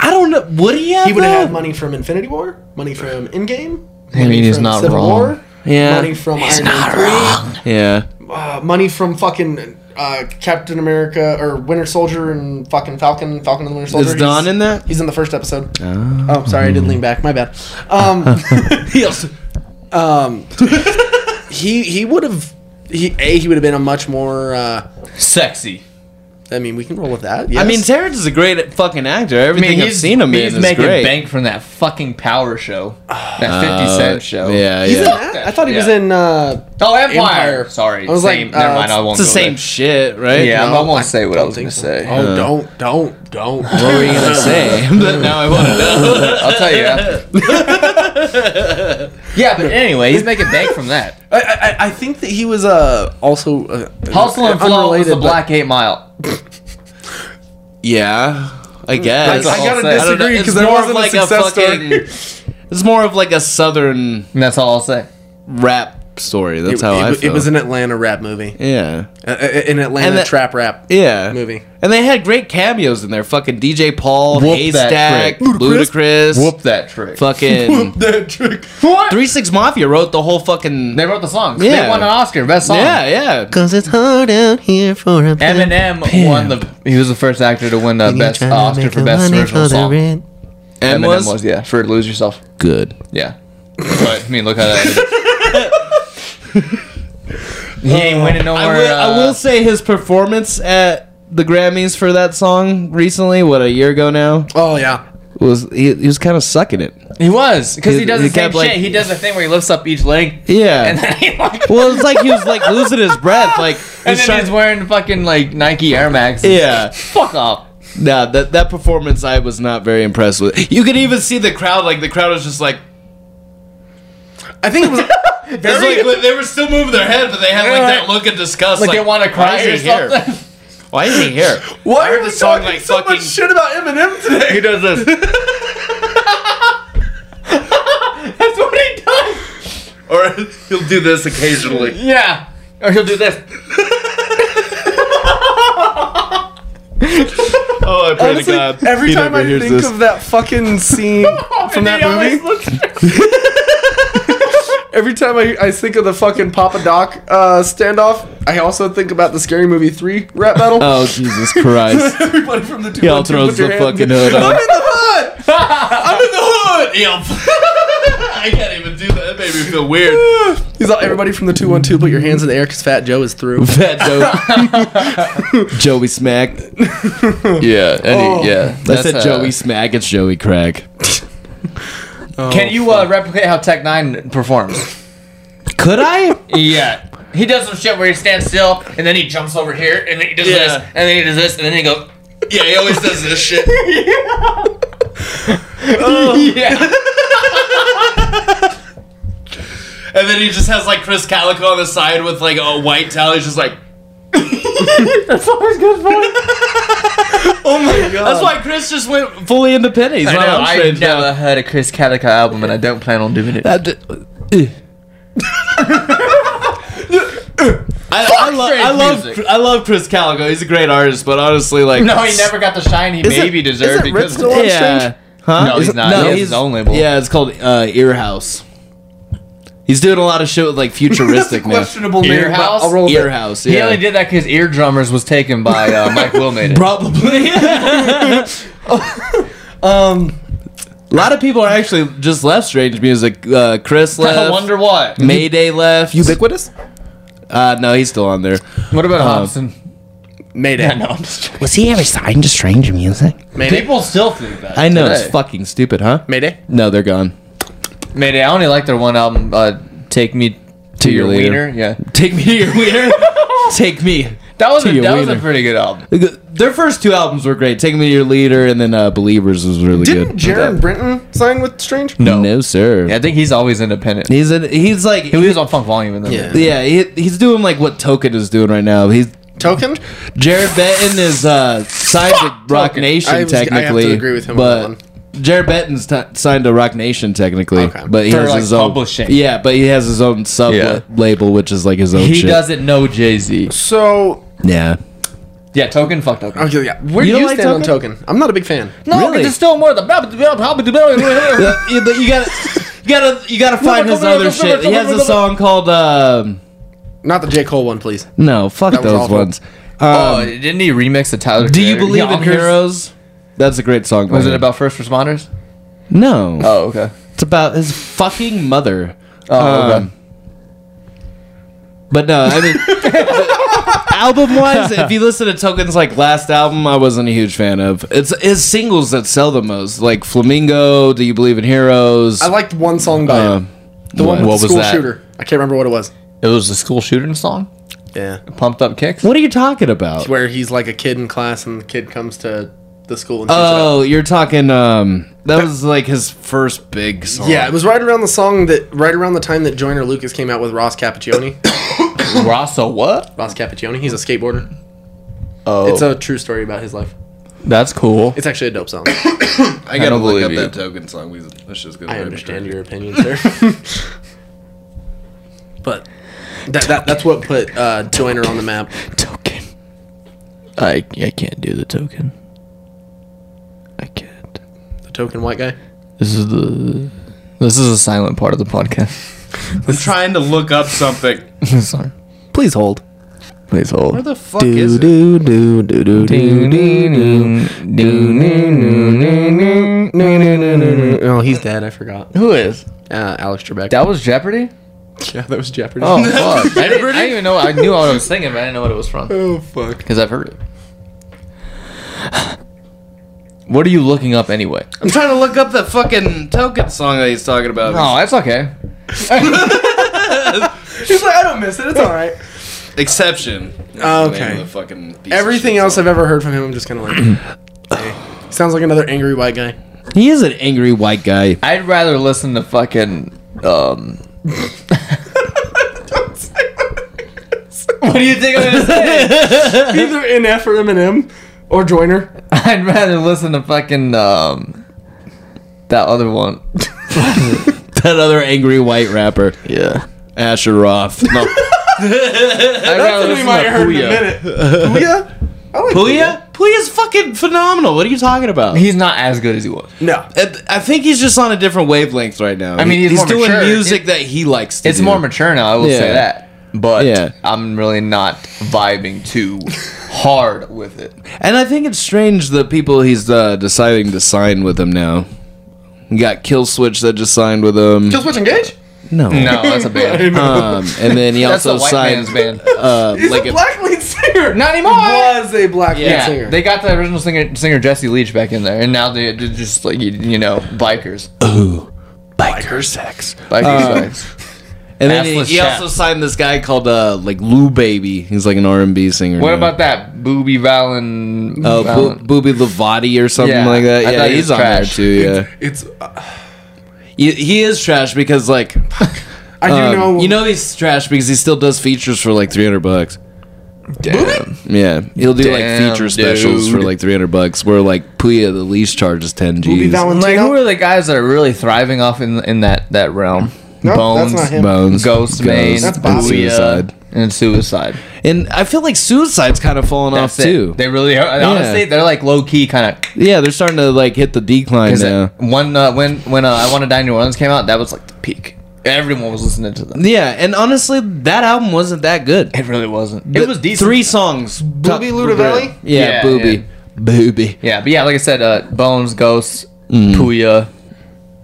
C: I don't know. Would he have?
A: He would have
C: though?
A: had money from Infinity War, money from Endgame.
B: I mean, he's
A: from
B: not
A: Civil
B: wrong.
A: War,
C: Yeah.
A: Money from Iron Man
C: Yeah.
A: 3. Uh, money from fucking uh, Captain America or Winter Soldier and fucking Falcon, Falcon and the Winter Soldier.
C: Is Don
A: he's,
C: in that?
A: He's in the first episode.
C: Ah.
A: Oh, sorry, I didn't lean back. My bad. Um,
C: He also.
A: he he would have he a he would have been a much more. Uh,
C: Sexy.
A: I mean, we can roll with that. Yes.
C: I mean, Terrence is a great fucking actor. Everything I have seen him
B: he's
C: in is
B: making
C: great.
B: bank from that fucking Power Show, that Fifty
C: Uh,
B: Cent show.
C: Yeah,
A: He's in
C: yeah.
A: that? I thought he was
B: Yeah.
A: in. Uh,
B: Oh, Empire.
A: Empire.
B: Sorry.
A: I was like,
B: same. never
A: uh,
B: mind. I won't.
C: It's the
B: go
C: same
B: there.
C: shit, right?
B: Yeah,
A: no,
B: I won't say what I was
A: don't
B: gonna
A: think so.
B: say.
C: Uh,
A: Oh, don't, don't, don't. What
C: What were you
A: Oh,
C: gonna say? but now I want to know.
B: I'll tell you after. yeah, but anyway, he's making bank from that.
A: I, I, I think that he was uh, also uh,
B: Hustle and Flow was the
A: but-
B: Black Eight Mile.
C: Yeah, I guess.
B: I gotta
C: don't know.
A: disagree, 'cause
C: It's
A: there
C: more
A: wasn't
C: of
A: a
C: like
A: success
C: fucking- It's more of like a southern
B: And that's all I'll say.
C: rap story. That's
A: It,
C: how
A: it,
C: I
A: it
C: feel.
A: was an Atlanta rap movie,
C: yeah,
A: uh, uh, an Atlanta
C: And that-
A: trap rap
C: yeah.
A: movie.
C: And they had great cameos in there. Fucking DJ Paul,
B: Whoop that
C: Haystack,
B: prick.
C: Ludacris,
B: Whoop that trick.
C: fucking
A: That trick.
B: What?
C: Three Six Mafia wrote the whole fucking.
B: They wrote the songs. They
C: Yeah.
B: won an Oscar best song.
C: yeah, yeah. Cause it's hard out here for a
B: Eminem won the. He was the first actor to win the best Oscar for best original song.
C: M
B: Eminem
C: was,
B: was, yeah for "Lose Yourself."
C: good.
B: Yeah. But, I mean, look how that. Ended. he ain't winning no more.
C: I will, I
B: uh,
C: will say his performance at the Grammys for that song recently, what a year ago now,
A: Oh yeah.
C: was he, he was kind of sucking it.
B: He was because he,
C: He-
B: does
C: he
B: uh, the same
C: kept, like-
B: shit. He does the thing where he lifts up each leg.
C: Yeah.
B: And then he like,
C: well, it's like he was like losing his breath, like
B: and
C: he's
B: then
C: trying-
B: he's wearing fucking like Nike Air Max.
C: Yeah.
B: Fuck off.
C: Nah, that that performance I was not very impressed with. You could even see the crowd, like the crowd was just like,
A: I think it was.
C: it's like they were still moving their head, but they had like that look of disgust,
B: Like, they want to cry
C: why
B: or
C: is he here?
B: something.
C: Why is he here?
A: Why
C: I heard
A: are we
C: the song,
A: talking
C: like,
A: so
C: fucking-
A: much shit about Eminem today?
C: He does this. That's what he does. Or he'll do this occasionally.
B: Yeah. Or he'll do this.
C: Oh, I pray
A: Honestly,
C: to God.
A: every
C: he
A: time
C: never
A: I
C: hears
A: think of that fucking scene from that movie, every time I, I think of the fucking Papa Doc uh, standoff, I also think about the Scary Movie Three rap battle.
C: Oh Jesus Christ!
A: Everybody from the two
C: Y'all throws the fucking hood
A: I'm in
C: on.
A: the hood. I'm in the hood.
C: I can't even do that. That made me feel weird.
A: He's all, everybody from the two one two. Put your hands in the air because Fat Joe is through.
C: That Joe, Joey Smack. yeah, any,
A: Oh.
C: yeah. That's
B: That's,
C: said
B: uh,
C: Joey Smack. It's Joey Craig.
B: Can you uh, replicate how Tech Nine performs?
C: Could I?
B: yeah. He does some shit where he stands still and then he jumps over here and then he does
C: Yeah.
B: this and then he does this and then he goes.
C: yeah, he always does this shit.
B: Yeah.
C: And then he just has like Chris Calico on the side with like a white towel. He's just like.
A: Oh my god.
C: That's why Chris just went fully into pennies.
B: I
C: Wow,
B: know.
C: I'm
B: I
C: strange now.
B: never heard a Chris Calico album and I don't plan on doing it.
C: I, d- I, I, lo-
B: Fred's
C: I love
B: music.
C: I love Chris Calico. He's a great artist, but honestly, like
B: No, he never got the shine he maybe deserved
A: isn't
B: because
A: Ritz still on
C: Yeah.
A: Strange?
C: Huh?
B: No, he's
C: Is it-
B: not. He has his own label.
C: Yeah, it's called uh, Ear House. He's doing a lot of shit with like
A: That's a
C: futuristic now.
A: questionable
B: Ear
A: name. but
B: house?
A: I'll roll with
C: Ear
A: it.
C: House.
B: He
C: Yeah.
B: only did that because Eardrummers was taken by uh, Mike Wilmate.
C: Probably.
A: Um,
C: a Oh, lot of people are actually just left strange music. Uh, Chris left.
B: I wonder what.
C: Mayday left.
A: ubiquitous.
C: Uh, no, he's still on there.
B: What about Hobson?
A: Made it.
B: No, I'm just
F: Was he ever signed to stranger music?
A: Mayday.
B: People still think that.
C: I know
B: today.
C: it's fucking stupid, huh?
A: Mayday.
C: No, they're gone.
B: Mayday. I only like their one album, uh, "Take Me to, Your,
C: Your Wiener.
B: Wiener." Yeah,
C: Take me to your wiener. Take me.
B: that was
C: To
B: a,
C: Your
B: that was a
C: Wiener.
B: pretty good album.
C: Their first two albums were great. Take me to your leader, and then uh, Believers was really
A: Didn't
C: good.
A: Jaron Brinton sign with Strange?
C: no, no, sir.
B: Yeah, I think he's always independent.
C: He's in, he's like
B: He was on Funk Volume in the
A: Yeah.
C: Yeah, he, he's doing like what Token is doing right now. He's
A: Token?
C: Jared Benton is uh, signed to Rock
B: Token.
C: Nation
A: I was- I have to
C: technically.
A: agree with him on
C: but
A: that one.
C: Jared Benton's t- signed to Rock Nation technically,
A: Okay.
C: but he
B: For,
C: has
B: like,
C: his own
B: publishing.
C: Yeah, but he has his own sub
B: Yeah.
C: label, which is like his own.
B: He
C: Oh, shit.
B: doesn't know Jay Z.
A: So
C: Yeah,
B: Yeah, Token fucked up.
A: okay, Oh, yeah. Where do
C: You don't
A: you
C: like
A: stand on Token? I'm not a big fan.
B: No, 'cause
C: Uh, Really?
B: it's still more the. That's
C: Uh, you, but you gotta you gotta you gotta find his other shit. He has a song called um,
A: Not the J Cole one, please.
C: no fuck
A: That was
C: those
A: awful.
C: ones.
B: oh,
C: Um,
B: didn't he remix the Tyler?
C: do you
B: Creator
C: believe in
B: Yonkers?
C: heroes? That's a great song. by
B: Was it
C: him.
B: about first responders?
C: No,
B: Oh, okay.
C: Um, it's about his fucking mother.
B: Oh,
C: Um,
B: okay.
C: But no, I mean, album wise, if you listen to Token's like last album, I wasn't a huge fan of. It's his singles that sell the most, like Flamingo, Do You Believe in Heroes?
A: I liked one song by
C: Uh,
A: him. The one
C: what-
A: with
C: what
A: the
C: was
A: school
C: that?
A: shooter. I can't remember what it was.
B: It was the school shooting song,
A: Yeah.
B: Pumped Up Kicks.
C: what are you talking about?
A: Where he's like a kid in class and the kid comes to the school and shoots it up.
C: Oh, you're talking. Um, that was like his first big song.
A: Yeah, it was right around the song that right around the time that Joyner Lucas came out with Ross Cappuccioni.
B: Rossa what?
A: Ross Cappuccioni, he's a skateboarder.
B: Oh,
A: It's a true story about his life.
B: that's cool.
A: It's actually a dope song.
C: I
B: gotta look up that
C: Token song. That's just gonna.
A: I understand your opinion, sir. but that, that that's what put uh, Joyner on the map.
B: Token. I I can't do the token. I can't.
A: The token white guy.
B: This is the this is the silent part of the podcast.
C: I'm trying to look up something.
B: Sorry.
A: Please hold.
B: Please hold.
C: Where the fuck is it?
A: Oh, he's dead. I forgot.
B: Who is?
A: Uh, Alex Trebek.
B: That was Jeopardy?
A: yeah, that was Jeopardy.
B: Oh, fuck. I didn't, I didn't even know. I knew what I was singing, but I didn't know what it was from.
A: oh fuck.
B: Because I've heard it. What are you looking up anyway?
C: I'm trying to look up the fucking Token song that he's talking about.
B: Oh, that's okay.
A: He's like, I don't miss it. It's all right.
C: Exception.
A: Okay. Everything else I've ever heard from him, I'm just kind of like, eh. sounds like another angry white guy.
C: He is an angry white guy.
B: I'd rather listen to fucking. Um, what do you think I'm gonna say?
A: Either NF or Eminem or Joyner.
B: I'd rather listen to fucking um, that other one.
C: That other angry white rapper,
B: Yeah,
C: Asher Roth. No.
B: I'd rather listen to Puya.
A: Puya? I like
C: Puya? Puya's fucking phenomenal. What are you talking about?
B: He's not as good as he was.
A: No.
C: I I think he's just on a different wavelength right now. I
B: mean, he's more
C: doing
B: mature.
C: music that he likes to
B: It's
C: do.
B: more mature now. I will say
C: Yeah.
B: that. But
C: Yeah.
B: I'm really not vibing too hard with it.
C: And I think it's strange that people he's uh, deciding to sign with him now. You got Kill Switch that just signed with him.
A: Just switch engage?
C: No.
B: No, that's a band.
C: Um, and then he
B: That's
C: also
B: a white
C: signed
B: man's band.
C: uh,
A: He's
C: like
A: a
C: a-
A: black lead singer.
B: Not anymore.
A: Was a black lead
B: Yeah,
A: singer.
B: they got the original singer, singer Jesse Leach back in there, and now they, they're just like you, you know bikers.
A: biker sex.
B: Bikers. guys.
C: and then he,
B: Assless
C: he
B: chap.
C: also signed this guy called uh, like Lou Baby. He's like an R and B singer.
B: What
C: now.
B: about that booby Valen?
C: uh, Bo-
B: Valen-
C: Booby Lavati or something
B: Yeah,
C: like that?
B: I
C: Yeah,
B: thought he
C: he's
B: was
C: on there
B: trash.
C: too. Yeah,
A: It's. Uh,
C: he, he is trash because like
A: I do
C: um,
A: know.
C: you know he's trash because he still does features for like three hundred bucks. Yeah, he'll do
B: Damn,
C: like feature specials for
B: dude.
C: like three hundred bucks. Where like Puya the least charges ten
A: Booby
C: G's.
A: Valentino.
B: Like who are the guys that are really thriving off in in that that realm?
A: No,
B: Bones,
A: that's not him.
C: Bones,
B: Ghost, Main,
A: That's
C: and
A: Bobby.
C: Suicide.
B: Suicide, and Suicide.
C: And I feel like Suicide's kind of falling
B: That's
C: off
B: it.
C: too.
B: They really are. and
C: Yeah.
B: Honestly, they're like low key kind of.
C: yeah, they're starting to like hit the decline now.
B: When uh, when when uh, I Want to Die in New Orleans came out, that was like the peak. Everyone was listening to them.
C: Yeah, and honestly, that album wasn't that good.
B: It really wasn't.
C: The
B: It was decent.
C: Three songs. Booby
A: Ludovelli?
C: Yeah,
B: Yeah,
C: Booby.
B: yeah.
C: Booby.
B: Yeah, but yeah, like I said, uh, Bones, Ghosts,
C: Mm.
B: Puya.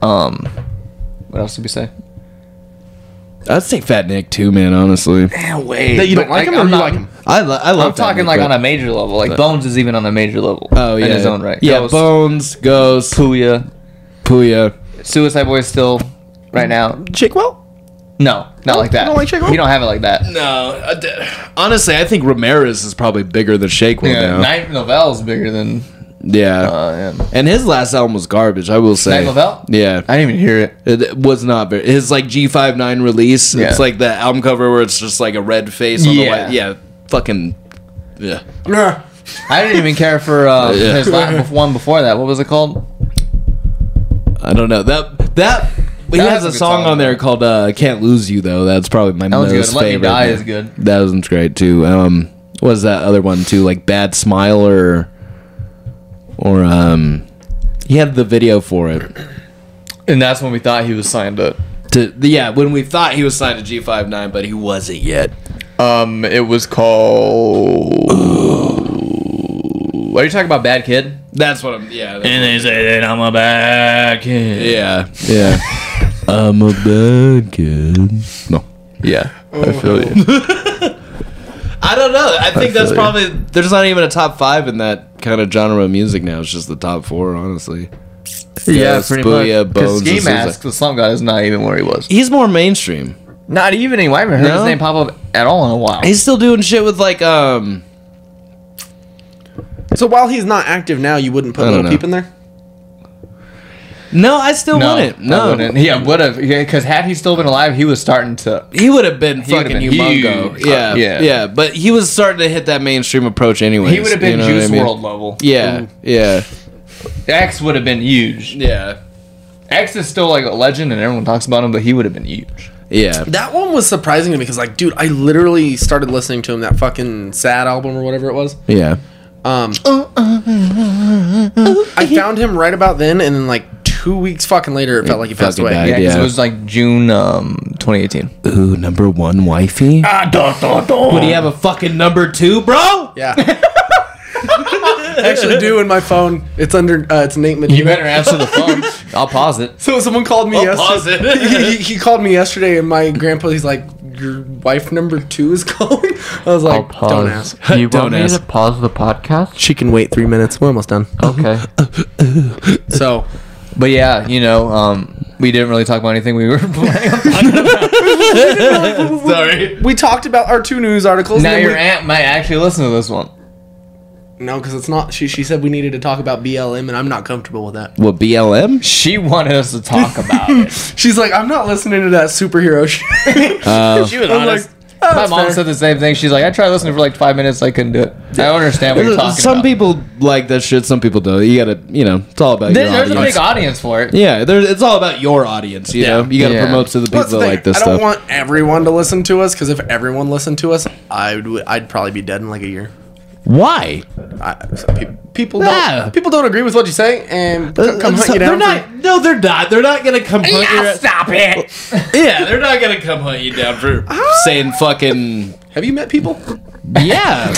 B: Um, what else did we say?
C: I'd say Fat Nick too, man. Honestly,
B: Wait,
A: That you don't like him or
B: I'm
A: you
B: not-
A: like him?
C: I lo- I love.
B: I'm talking like on a major level. Like Bones is even on a major level.
C: oh yeah
B: in his own right.
C: Yeah,
B: Ghost,
C: Bones, Ghost,
B: Puya,
C: Puya.
B: Suicide Boy is still right now.
A: Chickwell?
B: No, not like that.
A: you don't like Shake Oil?
B: You don't have it like that.
C: No, I d- honestly, I think Ramirez is probably bigger than Shakewell
B: Yeah,
C: now.
B: Night Novel's bigger than.
C: yeah,
B: Uh, yeah.
C: and his last album was garbage. I will say.
B: Night Novell?
C: Yeah.
B: I didn't even hear it.
C: It- it was not very. His like G 59 release.
B: Yeah.
C: It's like the album cover where it's just like a red face on
B: Yeah.
C: the white. Yeah, fucking. Yeah.
A: Nah.
B: I didn't even care for uh,
C: Yeah.
B: his last one before that. What was it called?
C: I don't know that that. He
B: That was
C: has
B: a
C: a
B: good
C: song
B: song.
C: on there called uh, "Can't Lose You" though. That's probably my
B: That one's
C: most
B: good. Let Me
C: favorite.
B: Die
C: yeah.
B: is good.
C: That one's great too. Um, what was that other one too? Like "Bad Smile" or or um, he had the video for it.
B: And that's when we thought he was signed up.
C: To, yeah, when we thought he was signed to G 59 but he wasn't yet.
B: Um, it was called. Are you talking about Bad Kid?
C: That's what I'm. Yeah. that's-
B: they say that I'm a bad kid.
C: Yeah. Yeah. I'm a bad kid. No.
B: Yeah, I feel you.
C: I don't know. I think
B: feel
C: that's
B: you.
C: probably there's not even a top five in that kind of genre of music now. It's just the top four, honestly.
B: Yeah,
C: it's
B: pretty
C: Booyah,
B: much. Because
C: Bones,
B: Ski
C: Azusa.
B: Mask, the Slum God, is not even where he was.
C: He's more mainstream.
B: Not even anymore. I haven't heard
C: No?
B: his name pop up at all in a while.
C: He's still doing shit with like um.
A: So while he's not active now, you wouldn't put
C: I don't
A: Little
C: know.
A: Peep in there?
C: No, I still wouldn't. No,
B: I wouldn't. Yeah, would have. Yeah, because had he still been alive, he was starting to.
C: He would have been
B: would've
C: fucking
B: been
C: humongo.
B: huge. Uh, Yeah.
C: Yeah, yeah, yeah. But he was starting to hit that mainstream approach anyway.
B: He would have been Juice World level.
C: Yeah, yeah,
B: X would have been huge.
C: yeah,
B: X is still like a legend, and everyone talks about him, but he would have been huge.
C: yeah.
A: That one was surprising to me because, like, dude, I literally started listening to him that fucking sad album or whatever it was.
C: Yeah.
A: I found him right about then, and then like two weeks fucking later, it felt like he passed
C: fucking
A: away.
C: died.
B: Yeah, 'cause
C: Yeah.
B: it was like June um 2018.
C: Ooh, number one wifey. Would he have a fucking number two, bro?
A: Yeah. I actually do in my phone. It's under. Uh, it's Nate Medina.
B: You better Oh, answer the phone. I'll pause it.
A: So someone called me
C: pause
A: yesterday. he, he called me yesterday, and my grandpa. He's like, "Your wife number two is calling." I was like, "Don't ask.
E: You
C: Don't
E: want me
C: ask.
E: to pause the podcast?
A: She can wait three minutes. We're almost done."
E: Okay.
A: So
B: But yeah, you know, um, we didn't really talk about anything we were planning on.
C: Sorry.
A: we talked about our two news articles. and
B: now
A: then
B: your
A: we-
B: aunt might actually listen to this one.
A: No, because it's not. She she said we needed to talk about BLM, and I'm not comfortable with that.
C: What BLM?
B: She wanted us to talk about it.
A: She's like, I'm not listening to that superhero shit.
C: Uh,
B: she was
A: I'm like,
B: honest. My mom said the same thing. She's like, I tried listening for like five minutes. I couldn't do it. I don't understand what you're talking
C: Some
B: about.
C: people like that shit. Some people don't. You gotta, you know, it's all about
B: There-
C: your
B: there's a
C: audience.
B: big audience for it.
C: yeah, there's, it's all about your audience. You know, you gotta
B: Yeah.
C: promote to the people
A: What's the
C: that
A: thing?
C: like this
A: I don't
C: stuff.
A: want everyone to listen to us because if everyone listened to us, I would I'd probably be dead in like a year.
C: Why?
A: I, so pe- people
C: Yeah.
A: don't people don't agree with what you say and c- come hunt you
C: Uh, they're
A: down. for-
C: not. No, they're not. They're not gonna come hunt you. Stop it. Yeah, they're not gonna come hunt you down for saying fucking.
A: have you met people?
C: Yeah,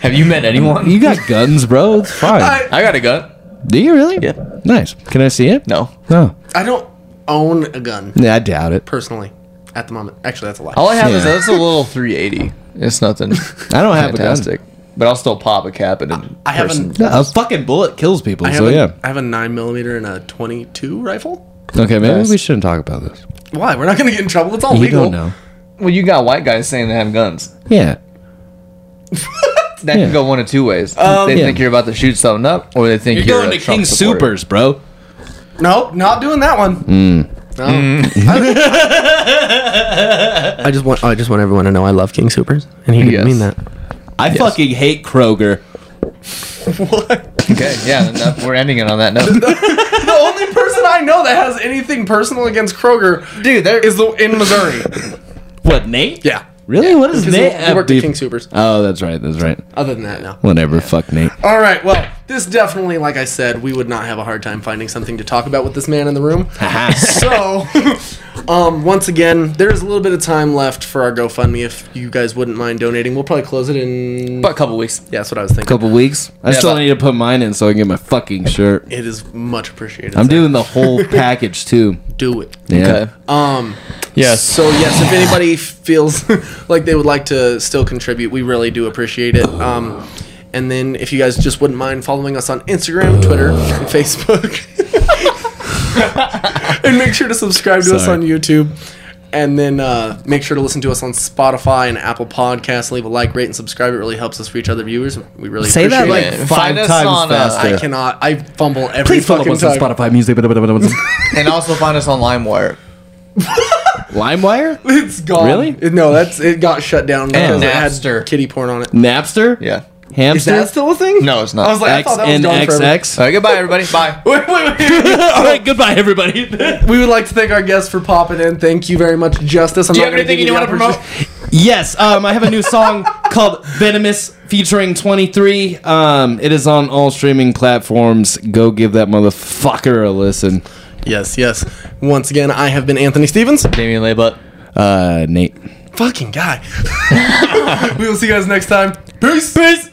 B: Have you met anyone?
C: you got guns, bro. It's fine.
A: I,
B: I got a gun.
C: Do you really? Yeah. Nice. Can I see it?
B: No.
C: No.
A: I don't own a gun
C: Yeah, I doubt it.
A: personally at the moment. Actually, that's a lie.
B: All I have is
C: Yeah.
B: that's a little 380. It's nothing
C: I don't have
B: fantastic. But I'll still pop a cap and a
A: I have
B: person.
A: an-
C: a gun. A fucking bullet kills people.
A: I have
C: so
A: a,
C: yeah.
A: I have a nine millimeter and a twenty two rifle.
C: Okay, maybe we shouldn't talk about this.
A: Why? We're not gonna get in trouble. It's all
C: We
A: legal.
C: don't know.
B: Well, you got white guys saying they have guns.
C: Yeah.
B: That
C: Yeah.
B: can go one of two ways.
A: Um,
B: they
C: Yeah.
B: think you're about to shoot something up, or they think
C: You're
B: you're,
C: going
B: a
C: to
B: Trump
C: King
B: supporter.
C: Supers, bro.
A: Nope, not doing that one. No. I, I just want I just want everyone to know I love King Supers, and he didn't
B: Yes.
A: mean that.
C: I fucking hate Kroger.
B: Okay, yeah, then that- we're ending it on that note.
A: The only person I know that has anything personal against Kroger
B: Dude, there
A: is the in Missouri.
C: What, Nate?
A: yeah,
C: Really? What is
A: because
C: Nate?
A: he, he worked at King Supers.
C: Oh, that's right. That's right.
A: Other than that, no.
C: Whatever. Fuck Nate.
A: All right, well, this definitely, like I said, we would not have a hard time finding something to talk about with this man in the room. so, um, once again, there's a little bit of time left for our GoFundMe. If you guys wouldn't mind donating, we'll probably close it in.
B: about a couple weeks.
A: yeah, that's what I was thinking.
C: Couple weeks. I
B: Yeah,
C: still
B: but-
C: need to put mine in so I can get my fucking shirt.
A: It is much appreciated.
C: I'm
A: So
C: doing the whole package too.
A: do it.
C: Yeah.
A: Um.
B: Yes.
A: So yes, if anybody feels like they would like to still contribute, we really do appreciate it. Um, and then if you guys just wouldn't mind following us on Instagram, Twitter, and Facebook, and make sure to subscribe to us
C: Sorry.
A: on YouTube. And then uh, make sure to listen to us on Spotify and Apple Podcasts. Leave a like, rate, and subscribe. It really helps us reach other viewers. We really
C: Say that
A: appreciate
C: like
A: it.
B: Yeah,
C: five
B: find us
C: times
B: on, uh,
C: faster.
A: I cannot. I fumble every
C: Please follow
A: fucking
C: us on
A: time.
C: Spotify Music. LimeWire?
B: And also find us on LimeWire.
A: It's gone.
C: Really?
A: It- no, that's it got shut down because it
B: Napster.
A: had kitty porn on it.
C: Napster?
B: Yeah.
A: Is
C: Hamster?
A: that still a thing?
B: No, it's not.
A: I was like, I thought that was gone forever.
B: All
C: XNXX?
B: right, goodbye, everybody. Bye.
A: Wait, wait, wait.
C: All right, goodbye, everybody.
A: we would like to thank our guests for popping in. Thank you very much, Justice. I'm
B: Do you
A: not
B: have
A: gonna
B: anything
A: give
B: you
A: the
B: wanna
A: opportunity-
C: Yes, um, I have a new song called Venomous featuring 23. Um, it is on all streaming platforms. Go give that motherfucker a listen.
A: Yes, yes. Once again, I have been Anthony Stevens.
B: Damien Laybutt.
C: Uh, Nate.
A: Fucking guy. we will see you guys next time. Peace. Peace.